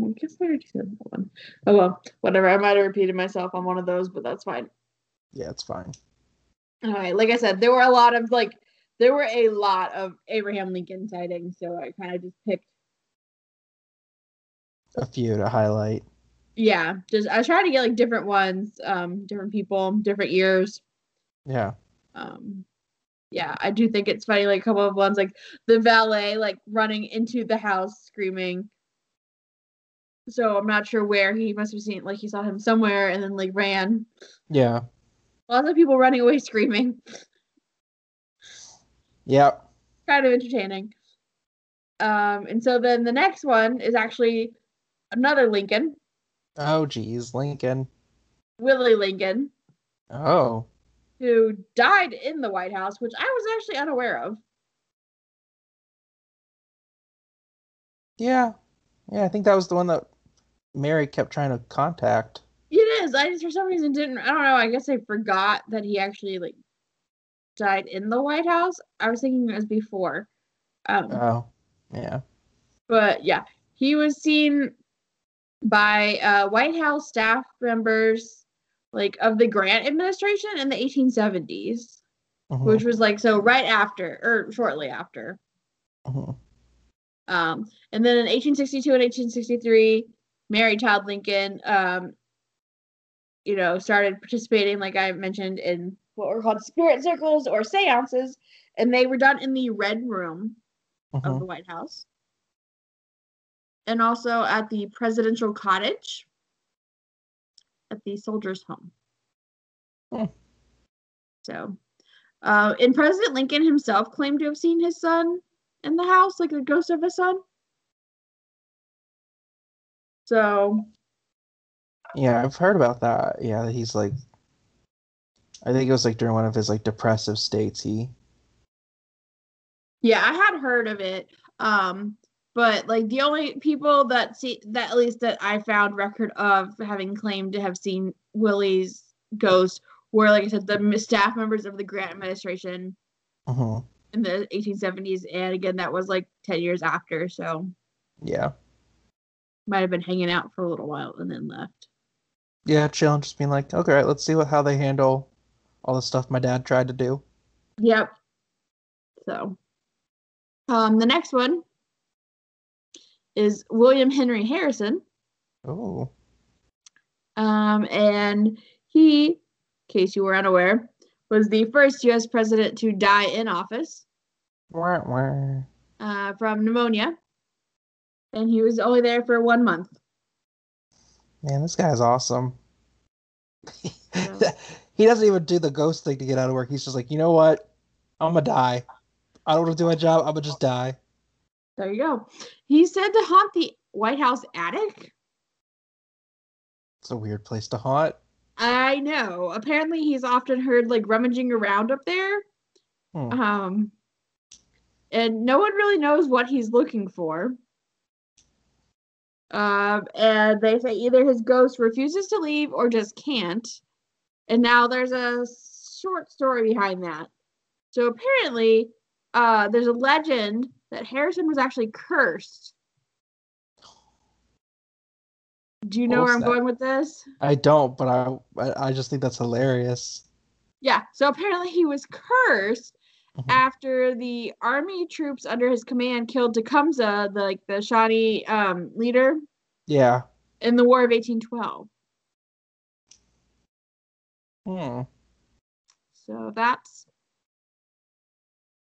Speaker 3: I guess I already said that one. Oh well, whatever. I might have repeated myself on one of those, but that's fine.
Speaker 2: Yeah, it's fine.
Speaker 3: All right, like I said, there were a lot of like there were a lot of Abraham Lincoln sightings, so I kind of just picked.
Speaker 2: A few to highlight.
Speaker 3: Yeah, just I tried to get like different ones, um, different people, different years.
Speaker 2: Yeah.
Speaker 3: Um, yeah, I do think it's funny, like a couple of ones, like the valet like running into the house screaming. So I'm not sure where he must have seen, like he saw him somewhere and then like ran.
Speaker 2: Yeah.
Speaker 3: Lots of people running away screaming.
Speaker 2: Yep.
Speaker 3: kind of entertaining. Um, and so then the next one is actually another Lincoln,
Speaker 2: Oh, geez, Lincoln.
Speaker 3: Willie Lincoln,
Speaker 2: Oh,
Speaker 3: who died in the White House, which I was actually unaware of.
Speaker 2: yeah, yeah. I think that was the one that Mary kept trying to contact.
Speaker 3: It is. I just for some reason didn't. I don't know. I guess I forgot that he actually like died in the White House. I was thinking it was before. Um,
Speaker 2: Oh, yeah.
Speaker 3: but yeah, he was seen by uh, White House staff members like of the Grant administration in the 1870s.
Speaker 2: Mhm,
Speaker 3: which was like so right after or shortly after.
Speaker 2: mhm.
Speaker 3: Um, and then in 1862 and 1863, Mary Todd Lincoln, um, you know, started participating, like I mentioned, in what were called spirit circles or seances, and they were done in the Red Room of
Speaker 2: Mhm.
Speaker 3: the White House. And also at the presidential cottage at the soldiers' home.
Speaker 2: Hmm.
Speaker 3: So, uh, and President Lincoln himself claimed to have seen his son in the house, like the ghost of his son. So,
Speaker 2: Yeah, I've heard about that. Yeah, he's like, I think it was like during one of his like depressive states. He,
Speaker 3: yeah, I had heard of it. Um, but like the only people that see that at least that I found record of having claimed to have seen Willie's ghost were, like I said, the m- staff members of the Grant administration
Speaker 2: Mhm.
Speaker 3: in the 1870s, and again, that was like 10 years after, so
Speaker 2: yeah,
Speaker 3: might have been hanging out for a little while and then left.
Speaker 2: yeah, chill, just being like, okay, let's see what how they handle all the stuff my dad tried to do.
Speaker 3: Yep. So, um, the next one is William Henry Harrison,
Speaker 2: Oh,
Speaker 3: um, and he, in case you were unaware, was the first U.S. president to die in office
Speaker 2: wah, wah.
Speaker 3: uh, from pneumonia, and he was only there for one month.
Speaker 2: man, this guy's awesome. he doesn't even do the ghost thing to get out of work. He's just like, you know what? I'm gonna die. I don't want to do my job. I'm gonna just die.
Speaker 3: There you go. He's said to haunt the White House attic.
Speaker 2: It's a weird place to haunt.
Speaker 3: I know. Apparently, he's often heard like rummaging around up there.
Speaker 2: Hmm.
Speaker 3: Um, and no one really knows what he's looking for. Um, and they say either his ghost refuses to leave or just can't. And now there's a short story behind that. So apparently, uh, there's a legend that Harrison was actually cursed. Do you know
Speaker 2: Oh,
Speaker 3: where I'm
Speaker 2: snap.
Speaker 3: going with this?
Speaker 2: I don't, but I I, I just think that's hilarious.
Speaker 3: Yeah. So apparently he was cursed
Speaker 2: Mhm.
Speaker 3: after the army troops under his command killed Tecumseh, the, like the Shawnee um, leader
Speaker 2: Yeah.
Speaker 3: in the War of 1812.
Speaker 2: Hmm.
Speaker 3: So that's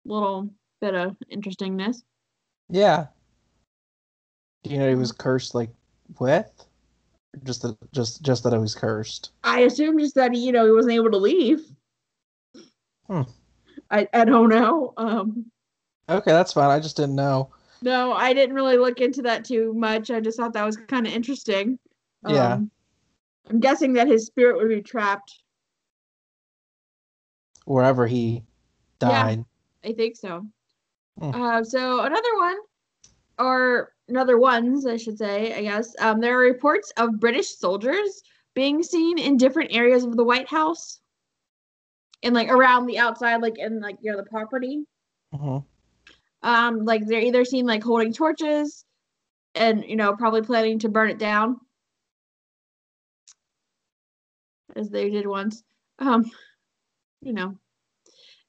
Speaker 3: a little bit of interestingness.
Speaker 2: Yeah. Do you know he was cursed like with? Or Just that just just that I was cursed.
Speaker 3: I assume just that he, you know, he wasn't able to leave.
Speaker 2: Hmm.
Speaker 3: I, I don't know. Um,
Speaker 2: Okay, that's fine. I just didn't know.
Speaker 3: no, I didn't really look into that too much. I just thought that was kind of interesting.
Speaker 2: Yeah.
Speaker 3: Um, I'm guessing that his spirit would be trapped.
Speaker 2: wherever he
Speaker 3: Yeah.
Speaker 2: died.
Speaker 3: I think so.
Speaker 2: Hmm.
Speaker 3: Uh, so another one, or another ones, I should say, I guess. Um, there are reports of British soldiers being seen in different areas of the White House, and like around the outside, like in like you know the property.
Speaker 2: Mhm.
Speaker 3: Um, like they're either seen like holding torches, and you know probably planning to burn it down, as they did once. Um, you know,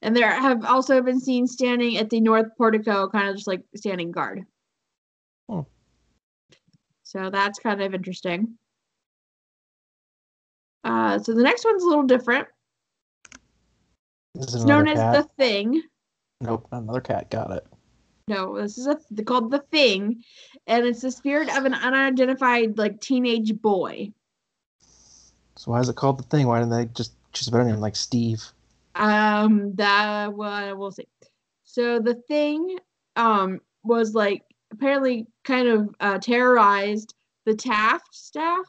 Speaker 3: and there have also been seen standing at the north portico, kind of just like standing guard.
Speaker 2: Hmm.
Speaker 3: So that's kind of interesting. Uh, so the next one's a little different.
Speaker 2: This is
Speaker 3: It's
Speaker 2: another
Speaker 3: known as
Speaker 2: cat.
Speaker 3: the Thing.
Speaker 2: Nope, another cat got it.
Speaker 3: No, this is a th- called the Thing, and it's the spirit of an unidentified like teenage boy.
Speaker 2: So why is it called the thing? Why didn't they just choose a better name like Steve?
Speaker 3: Um, that well, we'll see. So the thing, um, was like apparently kind of uh, terrorized the Taft staff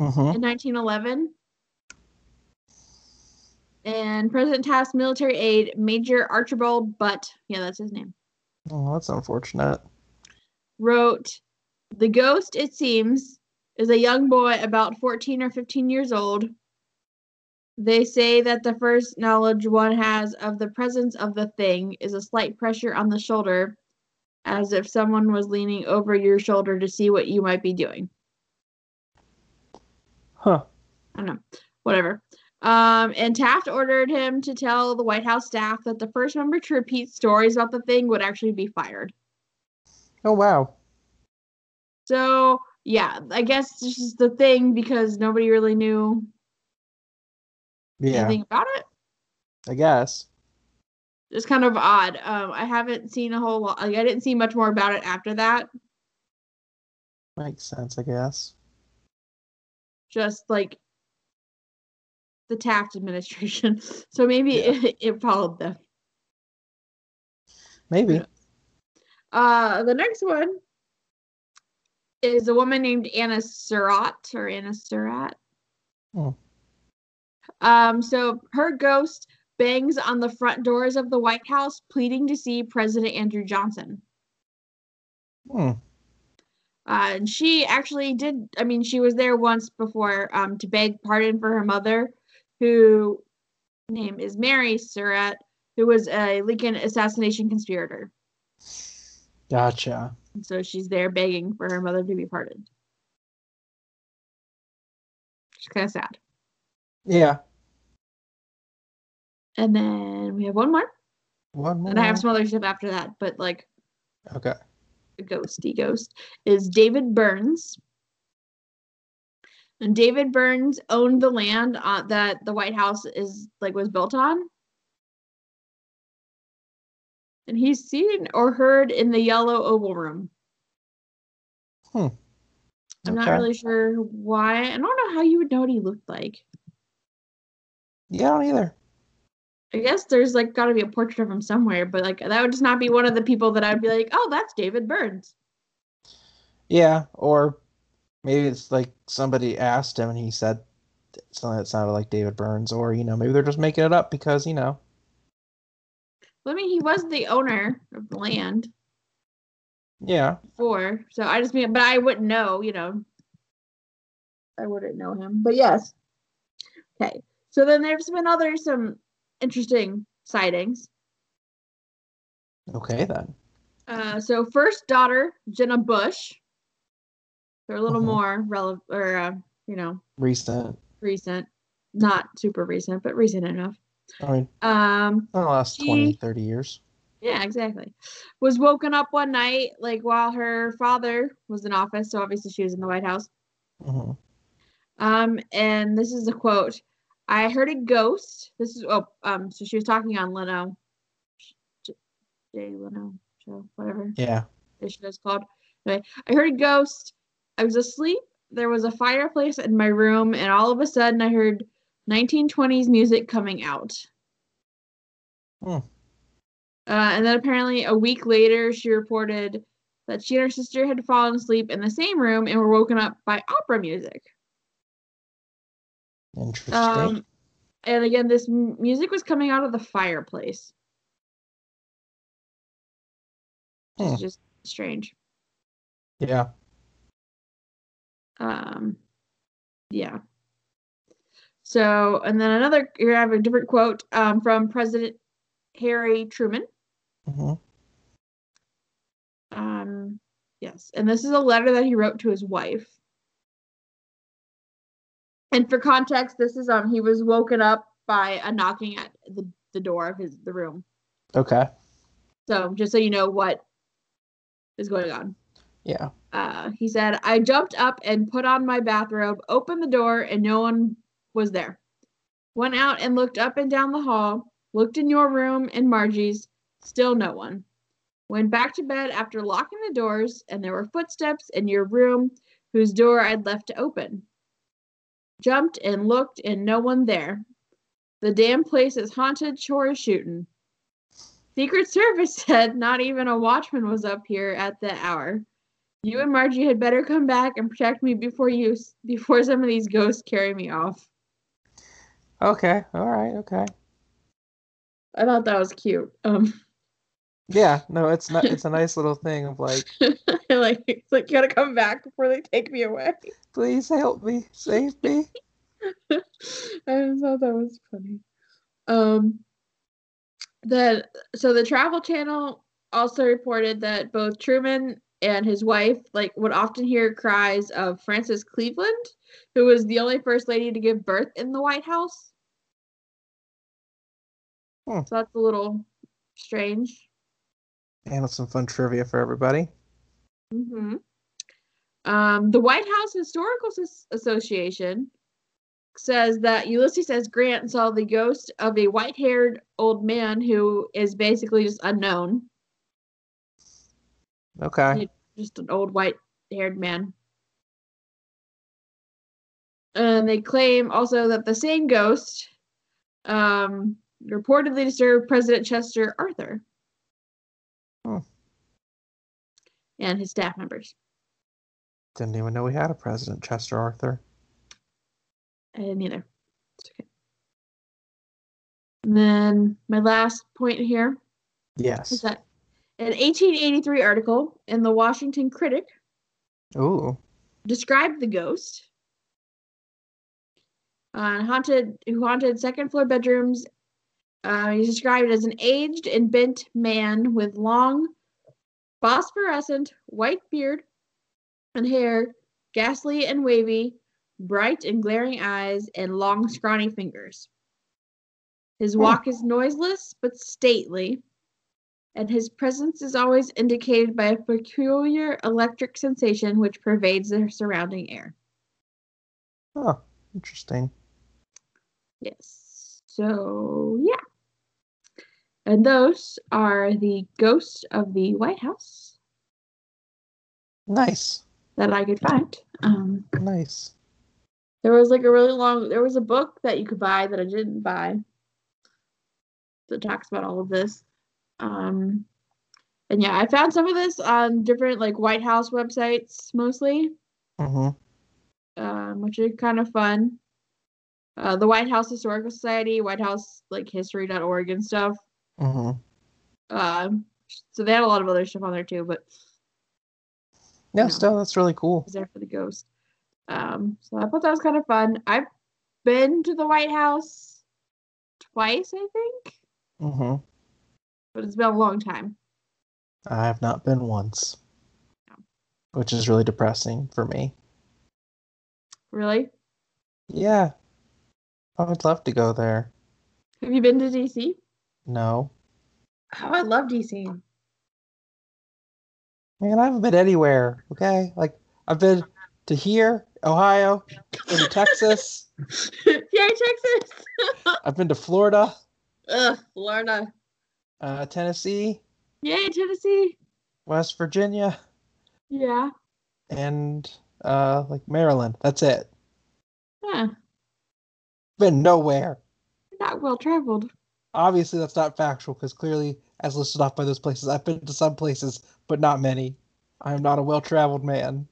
Speaker 2: Mm-hmm.
Speaker 3: in 1911, and President Taft's military aide, Major Archibald Butt, yeah, that's his name,
Speaker 2: Oh, that's unfortunate.
Speaker 3: wrote, "The ghost, it seems, is a young boy about 14 or 15 years old." They say that the first knowledge one has of the presence of the thing is a slight pressure on the shoulder, as if someone was leaning over your shoulder to see what you might be doing.
Speaker 2: Huh.
Speaker 3: I don't know, whatever. Um, and Taft ordered him to tell the White House staff that the first member to repeat stories about the thing would actually be fired.
Speaker 2: Oh wow.
Speaker 3: So yeah, I guess this is the thing because nobody really knew
Speaker 2: Yeah,
Speaker 3: anything about it.
Speaker 2: I guess.
Speaker 3: It's kind of odd. Um, I haven't seen a whole lot. Like, I didn't see much more about it after that.
Speaker 2: Makes sense, I guess.
Speaker 3: Just like the Taft administration. So maybe
Speaker 2: Yeah.
Speaker 3: it, it followed them.
Speaker 2: Maybe.
Speaker 3: Yeah. Uh, the next one is a woman named Anna Surratt or Anna Surratt.
Speaker 2: Oh.
Speaker 3: Um, so her ghost bangs on the front doors of the White House, pleading to see President Andrew Johnson.
Speaker 2: Hmm.
Speaker 3: Uh, and she actually did. I mean, she was there once before um, to beg pardon for her mother, who name is Mary Surratt, who was a Lincoln assassination conspirator.
Speaker 2: Gotcha.
Speaker 3: And so she's there begging for her mother to be pardoned. She's kind of sad.
Speaker 2: Yeah.
Speaker 3: And then we have one more,
Speaker 2: One more.
Speaker 3: and I have some other stuff after that, but like
Speaker 2: Okay.
Speaker 3: a ghosty ghost is David Burns. And David Burns owned the land uh, that the White House is like was built on. And he's seen or heard in the yellow oval room. I'm not
Speaker 2: Okay.
Speaker 3: really sure why. I don't know how you would know what he looked like.
Speaker 2: Yeah, I don't either.
Speaker 3: I guess there's like got to be a portrait of him somewhere, but like that would just not be one of the people that I'd be like, oh, that's David Burns.
Speaker 2: Yeah, or maybe it's like somebody asked him and he said something that sounded like David Burns, or you know, maybe they're just making it up because you know.
Speaker 3: I mean, he was the owner of the land
Speaker 2: Yeah.
Speaker 3: before, so I just mean, but I wouldn't know, you know, I wouldn't know him. But yes, okay. So then there's been other some interesting sightings.
Speaker 2: Okay then.
Speaker 3: Uh, so first daughter Jenna Bush. They're a little
Speaker 2: Mhm.
Speaker 3: more relevant, or uh, you know,
Speaker 2: Recent.
Speaker 3: recent, not super recent, but recent enough.
Speaker 2: I mean,
Speaker 3: Um,
Speaker 2: in the last
Speaker 3: She-
Speaker 2: twenty, thirty 20, 30 years.
Speaker 3: Yeah, exactly. Was woken up one night, like while her father was in office. So obviously she was in the White House.
Speaker 2: hmm
Speaker 3: Um, and this is a quote. I heard a ghost. This is oh, um, so she was talking on Leno, J- Jay Leno show, whatever
Speaker 2: Yeah.
Speaker 3: this show is called. Anyway, I heard a ghost. I was asleep. There was a fireplace in my room, and all of a sudden I heard 1920s music coming out.
Speaker 2: Hmm.
Speaker 3: Uh, and then apparently a week later, she reported that she and her sister had fallen asleep in the same room and were woken up by opera music.
Speaker 2: Interesting.
Speaker 3: Um, and again, this m- music was coming out of the fireplace. Which is
Speaker 2: Hmm.
Speaker 3: just strange.
Speaker 2: yeah.
Speaker 3: Um, yeah. So, and then another, you have a different quote um, from President Harry Truman.
Speaker 2: hmm
Speaker 3: Um, yes, and this is a letter that he wrote to his wife. And for context, this is um he was woken up by a knocking at the, the door of his the room.
Speaker 2: Okay.
Speaker 3: So just so you know what is going on.
Speaker 2: Yeah.
Speaker 3: Uh, he said, I jumped up and put on my bathrobe, opened the door, and no one was there. Went out and looked up and down the hall, looked in your room and Margie's, still no one. Went back to bed after locking the doors, and there were footsteps in your room whose door I'd left to open. Jumped and looked, and no one there. The damn place is haunted, sure as shootin'. Secret Service said not even a watchman was up here at the hour. You and Margie had better come back and protect me before you before some of these ghosts carry me off.
Speaker 2: Okay. All right. Okay.
Speaker 3: I thought that was cute. Um,
Speaker 2: Yeah. No, it's not. It's a nice little thing of like,
Speaker 3: like it's like you gotta come back before they take me away.
Speaker 2: please help me, save me.
Speaker 3: I just thought that was funny. Um, the so the Travel Channel also reported that both Truman and his wife like would often hear cries of Frances Cleveland, who was the only first lady to give birth in the White House.
Speaker 2: Hmm.
Speaker 3: So that's a little strange.
Speaker 2: And some fun trivia for everybody.
Speaker 3: hmm Um, the White House Historical Sus- Association says that Ulysses S. Grant saw the ghost of a white haired old man who is basically just unknown,
Speaker 2: Okay.
Speaker 3: just an old white haired man. And they claim also that the same ghost um, reportedly disturbed President Chester Arthur
Speaker 2: Hmm.
Speaker 3: and his staff members.
Speaker 2: Didn't even know we had a president, Chester Arthur.
Speaker 3: I didn't either. Eh, It's okay. And then my last point here is
Speaker 2: Yes.
Speaker 3: that an 1883 article in the Washington Critic
Speaker 2: Ooh.
Speaker 3: described the ghost uh, haunted who haunted second floor bedrooms. Uh, he's described as an aged and bent man with long, phosphorescent white beard and hair, ghastly and wavy, bright and glaring eyes, and long, scrawny fingers. His walk is noiseless but stately, and his presence is always indicated by a peculiar electric sensation which pervades the surrounding air.
Speaker 2: Oh, interesting.
Speaker 3: Yes. So, yeah. And those are the ghosts of the White House
Speaker 2: Nice.
Speaker 3: that I could find. Um,
Speaker 2: Nice.
Speaker 3: there was like a really long, there was a book that you could buy that I didn't buy that talks about all of this. Um, and yeah, I found some of this on different like White House websites mostly,
Speaker 2: Mm-hmm.
Speaker 3: um, which is kind of fun. Uh, the White House Historical Society, White House like history.org and stuff.
Speaker 2: Mm-hmm.
Speaker 3: Um, so they had a lot of other stuff on there too, but
Speaker 2: No,
Speaker 3: No.
Speaker 2: still, that's really cool.
Speaker 3: it was there for the ghost. Um, so I thought that was kind of fun. I've been to the White House twice, I think,
Speaker 2: Mm-hmm.
Speaker 3: but it's been a long time.
Speaker 2: I have not been once,
Speaker 3: No.
Speaker 2: which is really depressing for me.
Speaker 3: Really?
Speaker 2: Yeah, I would love to go there.
Speaker 3: Have you been to DC?
Speaker 2: No,
Speaker 3: Oh, I love DC.
Speaker 2: man, I haven't been anywhere. Okay, like I've been to here, Ohio, been to Texas,
Speaker 3: Yay, Texas!
Speaker 2: I've been to Florida,
Speaker 3: Ugh, Florida.
Speaker 2: uh, Tennessee,
Speaker 3: Yay, Tennessee.
Speaker 2: West Virginia,
Speaker 3: Yeah.
Speaker 2: and uh, like Maryland. That's it.
Speaker 3: Huh.
Speaker 2: Been nowhere.
Speaker 3: Not well traveled.
Speaker 2: Obviously, that's not factual because clearly, as listed off by those places, I've been to some places, but not many. I am not a well-traveled man.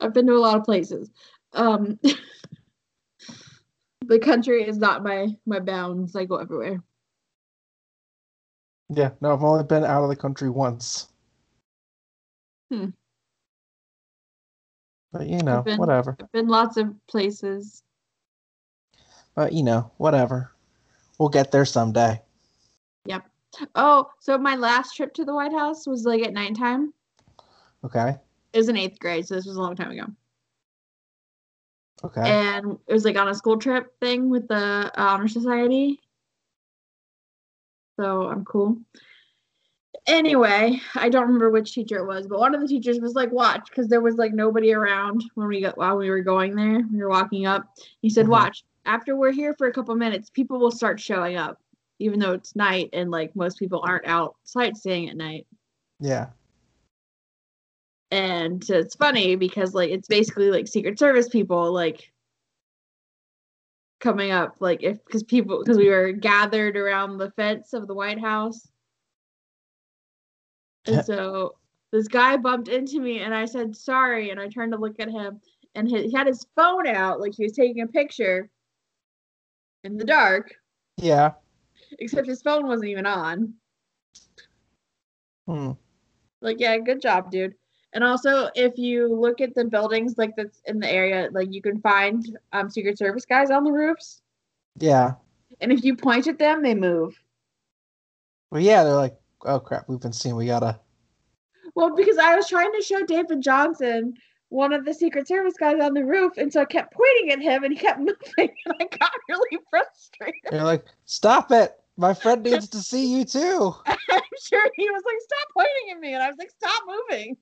Speaker 3: I've been to a lot of places. Um, the country is not my my bounds. I go everywhere.
Speaker 2: Yeah, no, I've only been out of the country once.
Speaker 3: Hmm.
Speaker 2: But you know,
Speaker 3: been-
Speaker 2: whatever.
Speaker 3: I've been lots of places.
Speaker 2: But you know, whatever. We'll get there someday.
Speaker 3: Oh, so my last trip to the White House was like at nighttime.
Speaker 2: Okay.
Speaker 3: It was in eighth grade, so this was a long time ago.
Speaker 2: Okay.
Speaker 3: And it was like on a school trip thing with the uh, honor society. So I'm cool. Anyway, I don't remember which teacher it was, but one of the teachers was like, "Watch," because there was like nobody around when we got while we were going there. We were walking up. He said,
Speaker 2: Mhm.
Speaker 3: "Watch." After we're here for a couple minutes, people will start showing up, even though it's night and like most people aren't out sightseeing at night.
Speaker 2: yeah.
Speaker 3: and it's funny because like it's basically like secret service people like coming up like if because people because we were gathered around the fence of the white house
Speaker 2: Yeah.
Speaker 3: and so this guy bumped into me and i said sorry and i turned to look at him and he, he had his phone out like he was taking a picture in the dark
Speaker 2: Yeah.
Speaker 3: except his phone wasn't even on
Speaker 2: Hmm.
Speaker 3: Like, yeah, good job, dude. And also, if you look at the buildings like that's in the area, like you can find um, Secret Service guys on the roofs.
Speaker 2: Yeah.
Speaker 3: And if you point at them, they move.
Speaker 2: Well, yeah, they're like, oh crap, we've been seen. We gotta.
Speaker 3: Well, because I was trying to show David Johnson one of the Secret Service guys on the roof, and so I kept pointing at him, and he kept moving, and I got really frustrated.
Speaker 2: They're like, stop it. My friend needs to see you too.
Speaker 3: I'm sure he was like, "Stop pointing at me," and I was like, "Stop moving."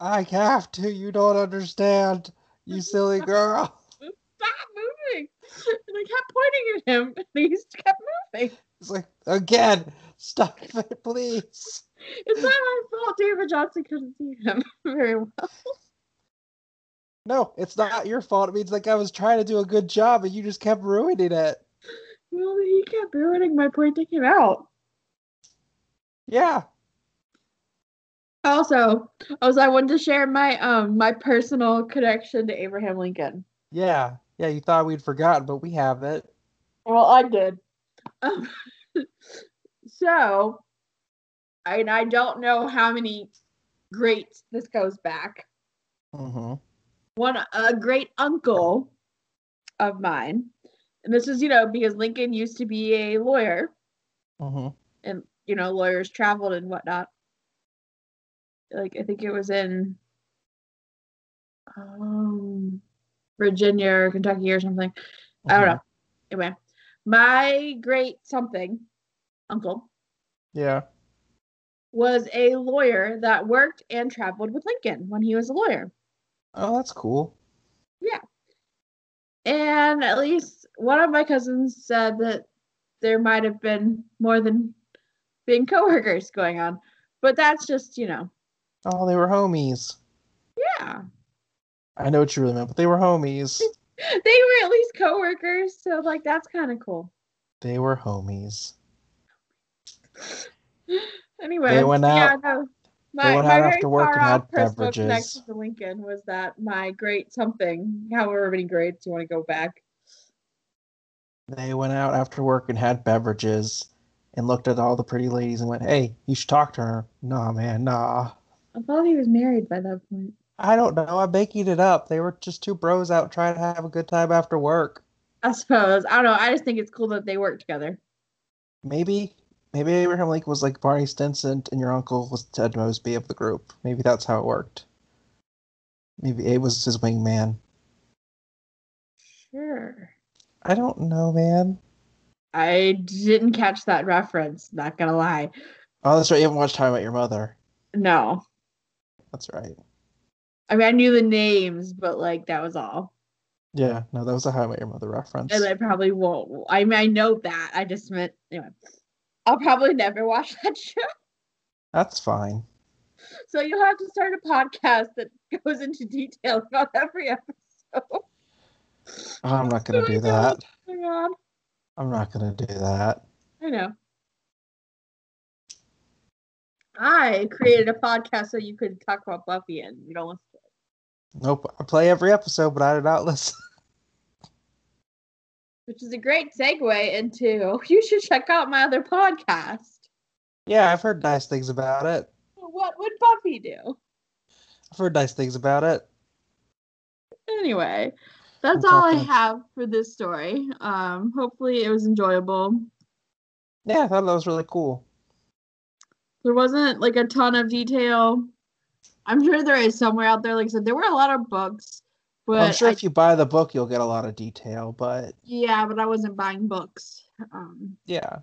Speaker 2: I have to. You don't understand. You silly girl.
Speaker 3: Stop moving. And I kept pointing at him, and he just kept moving.
Speaker 2: It's like, again, stop it, please.
Speaker 3: It's not my fault David Johnson couldn't see him very well.
Speaker 2: No, it's not your fault. It means like I was trying to do a good job and you just kept ruining it.
Speaker 3: Well, he kept ruining my pointing him out.
Speaker 2: Yeah.
Speaker 3: Also, I was I wanted to share my um my personal connection to Abraham Lincoln.
Speaker 2: Yeah. Yeah. You thought we'd forgotten, but we have it.
Speaker 3: Well, I did. Um, so, and I don't know how many greats this goes back.
Speaker 2: Mm-hmm.
Speaker 3: One a great uncle of mine, and this is you know because Lincoln used to be a lawyer.
Speaker 2: Mm-hmm.
Speaker 3: and you know lawyers traveled and whatnot like i think it was in um virginia or kentucky or something i
Speaker 2: mm-hmm.
Speaker 3: don't know anyway my great something uncle
Speaker 2: Yeah.
Speaker 3: was a lawyer that worked and traveled with lincoln when he was a lawyer
Speaker 2: Oh, that's cool.
Speaker 3: and at least one of my cousins said that there might have been more than being coworkers going on but that's just you know
Speaker 2: Oh, they were homies.
Speaker 3: yeah
Speaker 2: I know what you really meant, but they were homies.
Speaker 3: they were at least coworkers, so like that's kind of cool.
Speaker 2: They were homies.
Speaker 3: Anyway,
Speaker 2: They went
Speaker 3: yeah,
Speaker 2: out-
Speaker 3: no, my,
Speaker 2: went
Speaker 3: my
Speaker 2: out
Speaker 3: very
Speaker 2: after work and
Speaker 3: far
Speaker 2: had
Speaker 3: off personal
Speaker 2: beverages.
Speaker 3: connection to Lincoln was that my great something, however many grades you want to go back.
Speaker 2: They went out after work and had beverages and looked at all the pretty ladies and went, Hey, you should talk to her. Nah, man, nah.
Speaker 3: I thought he was married by that point.
Speaker 2: I don't know. I'm making it up. They were just two bros out trying to have a good time after work.
Speaker 3: I suppose I don't know. I just think it's cool that they work together.
Speaker 2: Maybe, maybe Abraham Lincoln was like Barney Stinson and your uncle was Ted Mosby of the group. Maybe that's how it worked. Maybe Abe was his wingman.
Speaker 3: Sure.
Speaker 2: I don't know, man.
Speaker 3: I didn't catch that reference. Not gonna lie.
Speaker 2: Oh, that's right. You haven't watched How I Met Your Mother.
Speaker 3: No,
Speaker 2: That's right.
Speaker 3: I mean I knew the names, but like that was all.
Speaker 2: Yeah, no, that was a How I Met Your Mother reference.
Speaker 3: And I probably won't. I mean, I know that. I just meant anyway. I'll probably never watch that show.
Speaker 2: That's fine.
Speaker 3: So you'll have to start a podcast that goes into detail about every episode. Oh
Speaker 2: I'm not gonna
Speaker 3: So
Speaker 2: do
Speaker 3: I know
Speaker 2: that.
Speaker 3: what's going on.
Speaker 2: I'm not gonna do that.
Speaker 3: I know. I created a podcast so you could talk about Buffy, and you don't.
Speaker 2: Nope. I play every episode, but I did not listen.
Speaker 3: which is a great segue into you should check out my other podcast.
Speaker 2: Yeah, I've heard nice things about it.
Speaker 3: What would Buffy do?
Speaker 2: I've heard nice things about it.
Speaker 3: Anyway, that's
Speaker 2: I'm
Speaker 3: all I
Speaker 2: confident.
Speaker 3: have for this story. Um, hopefully, it was enjoyable.
Speaker 2: Yeah, I thought that was really cool.
Speaker 3: There wasn't like a ton of detail. I'm sure there is somewhere out there. Like I said, there were a lot of books, but
Speaker 2: I'm sure
Speaker 3: I-
Speaker 2: if you buy the book, you'll get a lot of detail, but
Speaker 3: yeah, but I wasn't buying books. Um,
Speaker 2: yeah.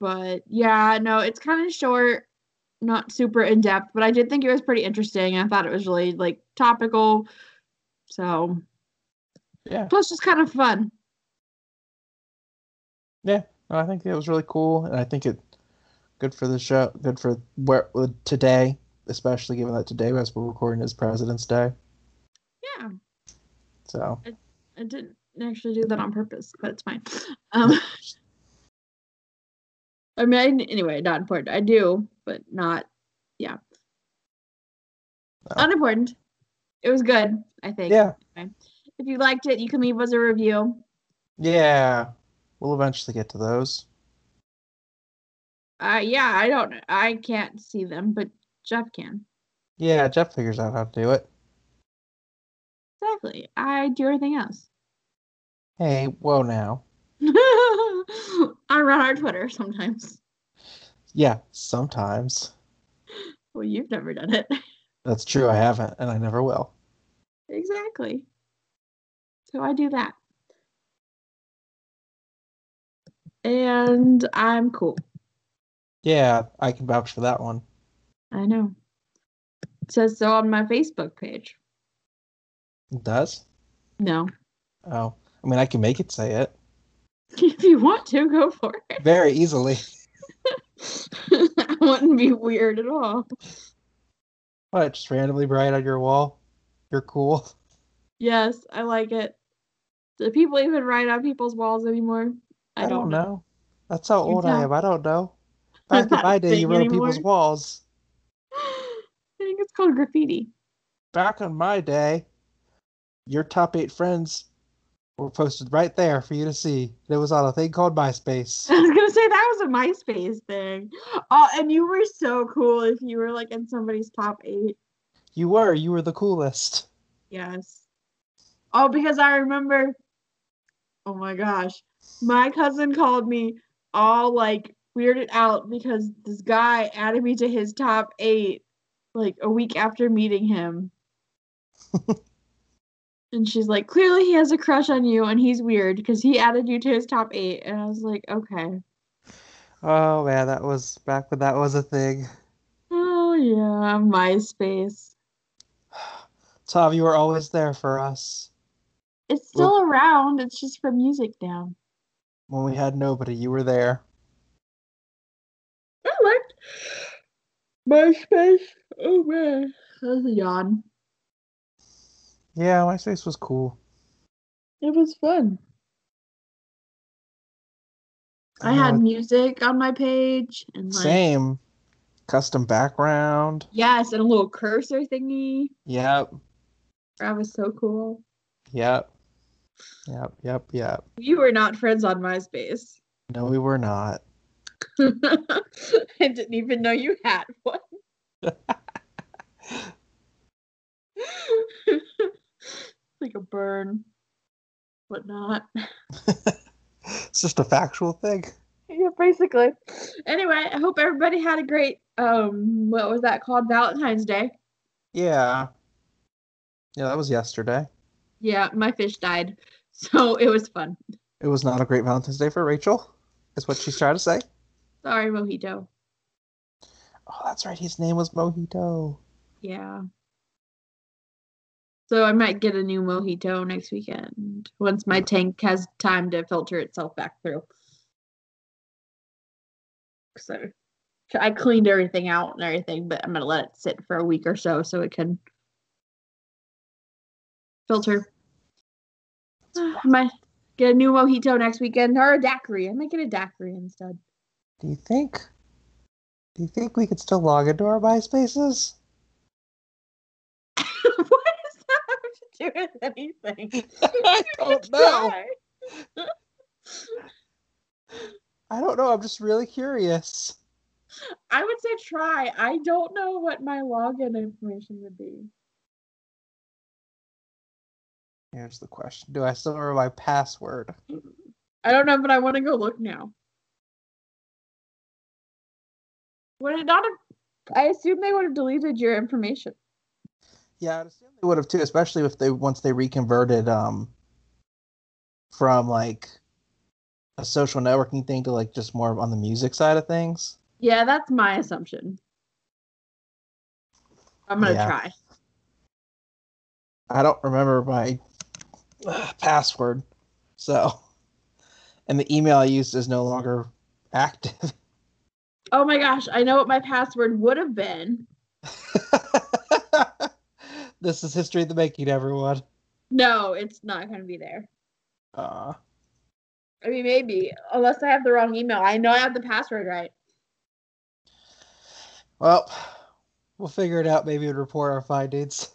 Speaker 3: but yeah, no, it's kind of short, not super in depth, but I did think it was pretty interesting. I thought it was really like topical, so
Speaker 2: Yeah.
Speaker 3: plus just kind of fun.
Speaker 2: No, I think it was really cool, and I think it good for the show, good for where uh, today, especially given that today, as we're recording, is President's Day.
Speaker 3: Yeah,
Speaker 2: So
Speaker 3: I didn't actually do that on purpose, but it's fine. Um, I mean, I- anyway, not important. I do, but not, yeah,
Speaker 2: No.
Speaker 3: unimportant. It was good, I think.
Speaker 2: yeah,
Speaker 3: If you liked it, you can leave us a review.
Speaker 2: yeah, we'll eventually get to those.
Speaker 3: Uh, yeah, I don't, I can't see them, but Jeff can.
Speaker 2: Yeah, Jeff figures out how to do it.
Speaker 3: Exactly. I do everything else.
Speaker 2: Hey, whoa now.
Speaker 3: I run our Twitter sometimes.
Speaker 2: Yeah, sometimes
Speaker 3: Well, you've never done it.
Speaker 2: that's true. I haven't, and I never will.
Speaker 3: Exactly. So I do that. And I'm cool.
Speaker 2: Yeah, I can vouch for that one.
Speaker 3: I know. It says so on my Facebook page.
Speaker 2: It does.
Speaker 3: No.
Speaker 2: Oh, I mean, I can make it say it
Speaker 3: If you want to, go for it.
Speaker 2: very easily.
Speaker 3: that wouldn't be weird at all.
Speaker 2: What? Just randomly bright on your wall. You're cool.
Speaker 3: Yes, I like it. Do people even write on people's walls anymore?
Speaker 2: I, don't, know. That's how
Speaker 3: You
Speaker 2: old
Speaker 3: don't.
Speaker 2: I am. I don't know.
Speaker 3: That's
Speaker 2: Back in
Speaker 3: not a
Speaker 2: my day, you
Speaker 3: thing
Speaker 2: wrote on people's
Speaker 3: anymore.
Speaker 2: walls.
Speaker 3: I think it's called graffiti.
Speaker 2: Back in my day, your top eight friends were posted right there for you to see. It was on a thing called MySpace.
Speaker 3: I was gonna say that was a MySpace thing. Oh, and you were so cool if you were like in somebody's top eight.
Speaker 2: you were. You were the coolest.
Speaker 3: Yes. Oh, because I remember. Oh my gosh, my cousin called me all like weirded out because this guy added me to his top eight like a week after meeting him. and she's like, clearly he has a crush on you and he's weird because he added you to his top eight. And I was like, okay.
Speaker 2: Oh man, that was back when that was a thing.
Speaker 3: Oh yeah, MySpace.
Speaker 2: Tom, you were always there for us.
Speaker 3: It's still around. It's just for music now.
Speaker 2: When we had nobody, you were there.
Speaker 3: I liked MySpace. Oh man, that was a yawn.
Speaker 2: Yeah, MySpace was cool.
Speaker 3: It was fun. I
Speaker 2: know,
Speaker 3: had music on my page and like
Speaker 2: same custom background.
Speaker 3: yes, and a little cursor thingy.
Speaker 2: Yep,
Speaker 3: That was so cool.
Speaker 2: yep, yep, yep, yep.
Speaker 3: You were not friends on MySpace.
Speaker 2: No, we were not.
Speaker 3: I didn't even know you had one. like a burn, but not.
Speaker 2: It's just a factual thing.
Speaker 3: Yeah, basically. Anyway, I hope everybody had a great um what was that called? Valentine's Day.
Speaker 2: Yeah. Yeah, that was yesterday.
Speaker 3: Yeah, my fish died. So it was fun.
Speaker 2: It was not a great Valentine's Day for Rachel, is what she's trying to say.
Speaker 3: Sorry, Mojito.
Speaker 2: Oh, that's right. His name was Mojito.
Speaker 3: Yeah. So I might get a new mojito next weekend once my tank has time to filter itself back through. So I cleaned everything out and everything, but I'm gonna let it sit for a week or so so it can filter. I might get a new mojito next weekend or a daiquiri. I might get a daiquiri instead.
Speaker 2: Do you think? Do you think we could still log into our MySpaces?
Speaker 3: what does that have to do with anything?
Speaker 2: I
Speaker 3: You can
Speaker 2: don't know.
Speaker 3: try.
Speaker 2: I don't know. I'm just really curious.
Speaker 3: I would say try. I don't know what my login information would be.
Speaker 2: Here's the question: Do I still remember my password?
Speaker 3: I don't know, but I want to go look now. Would it not have? I assume they would have deleted your information.
Speaker 2: Yeah, I'd assume they would have too, especially if they once they reconverted um from like a social networking thing to like just more on the music side of things.
Speaker 3: Yeah, that's my assumption. I'm gonna
Speaker 2: Yeah.
Speaker 3: try.
Speaker 2: I don't remember my uh, password, so and the email I used is no longer active.
Speaker 3: Oh my gosh, I know what my password would have been.
Speaker 2: this is history of the making, everyone.
Speaker 3: No, it's not gonna be there.
Speaker 2: Uh,
Speaker 3: I mean, maybe unless I have the wrong email. I know I have the password right.
Speaker 2: well, we'll figure it out. Maybe and report our findings.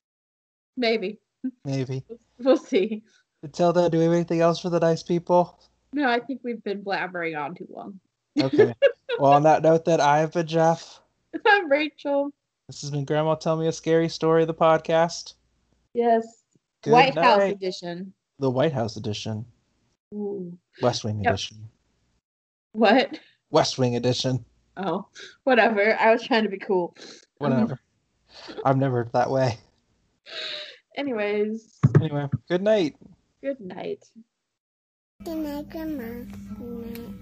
Speaker 3: Maybe
Speaker 2: Maybe.
Speaker 3: we'll see.
Speaker 2: Until then, do we have anything else for the nice people?
Speaker 3: No, I think we've been blabbering on too long.
Speaker 2: Okay. well, on that note, then I have been Jeff.
Speaker 3: I'm Rachel.
Speaker 2: This has been Grandma Tell Me a Scary Story, the podcast.
Speaker 3: Yes.
Speaker 2: Good
Speaker 3: White House
Speaker 2: night.
Speaker 3: edition.
Speaker 2: The White House edition.
Speaker 3: Ooh.
Speaker 2: West Wing
Speaker 3: Yep.
Speaker 2: edition.
Speaker 3: What?
Speaker 2: West Wing edition.
Speaker 3: Oh, whatever. I was trying to be cool.
Speaker 2: Whatever. I'm never that way.
Speaker 3: Anyways,
Speaker 2: Anyway, good night.
Speaker 3: good night.
Speaker 1: Good night, Grandma. Good night.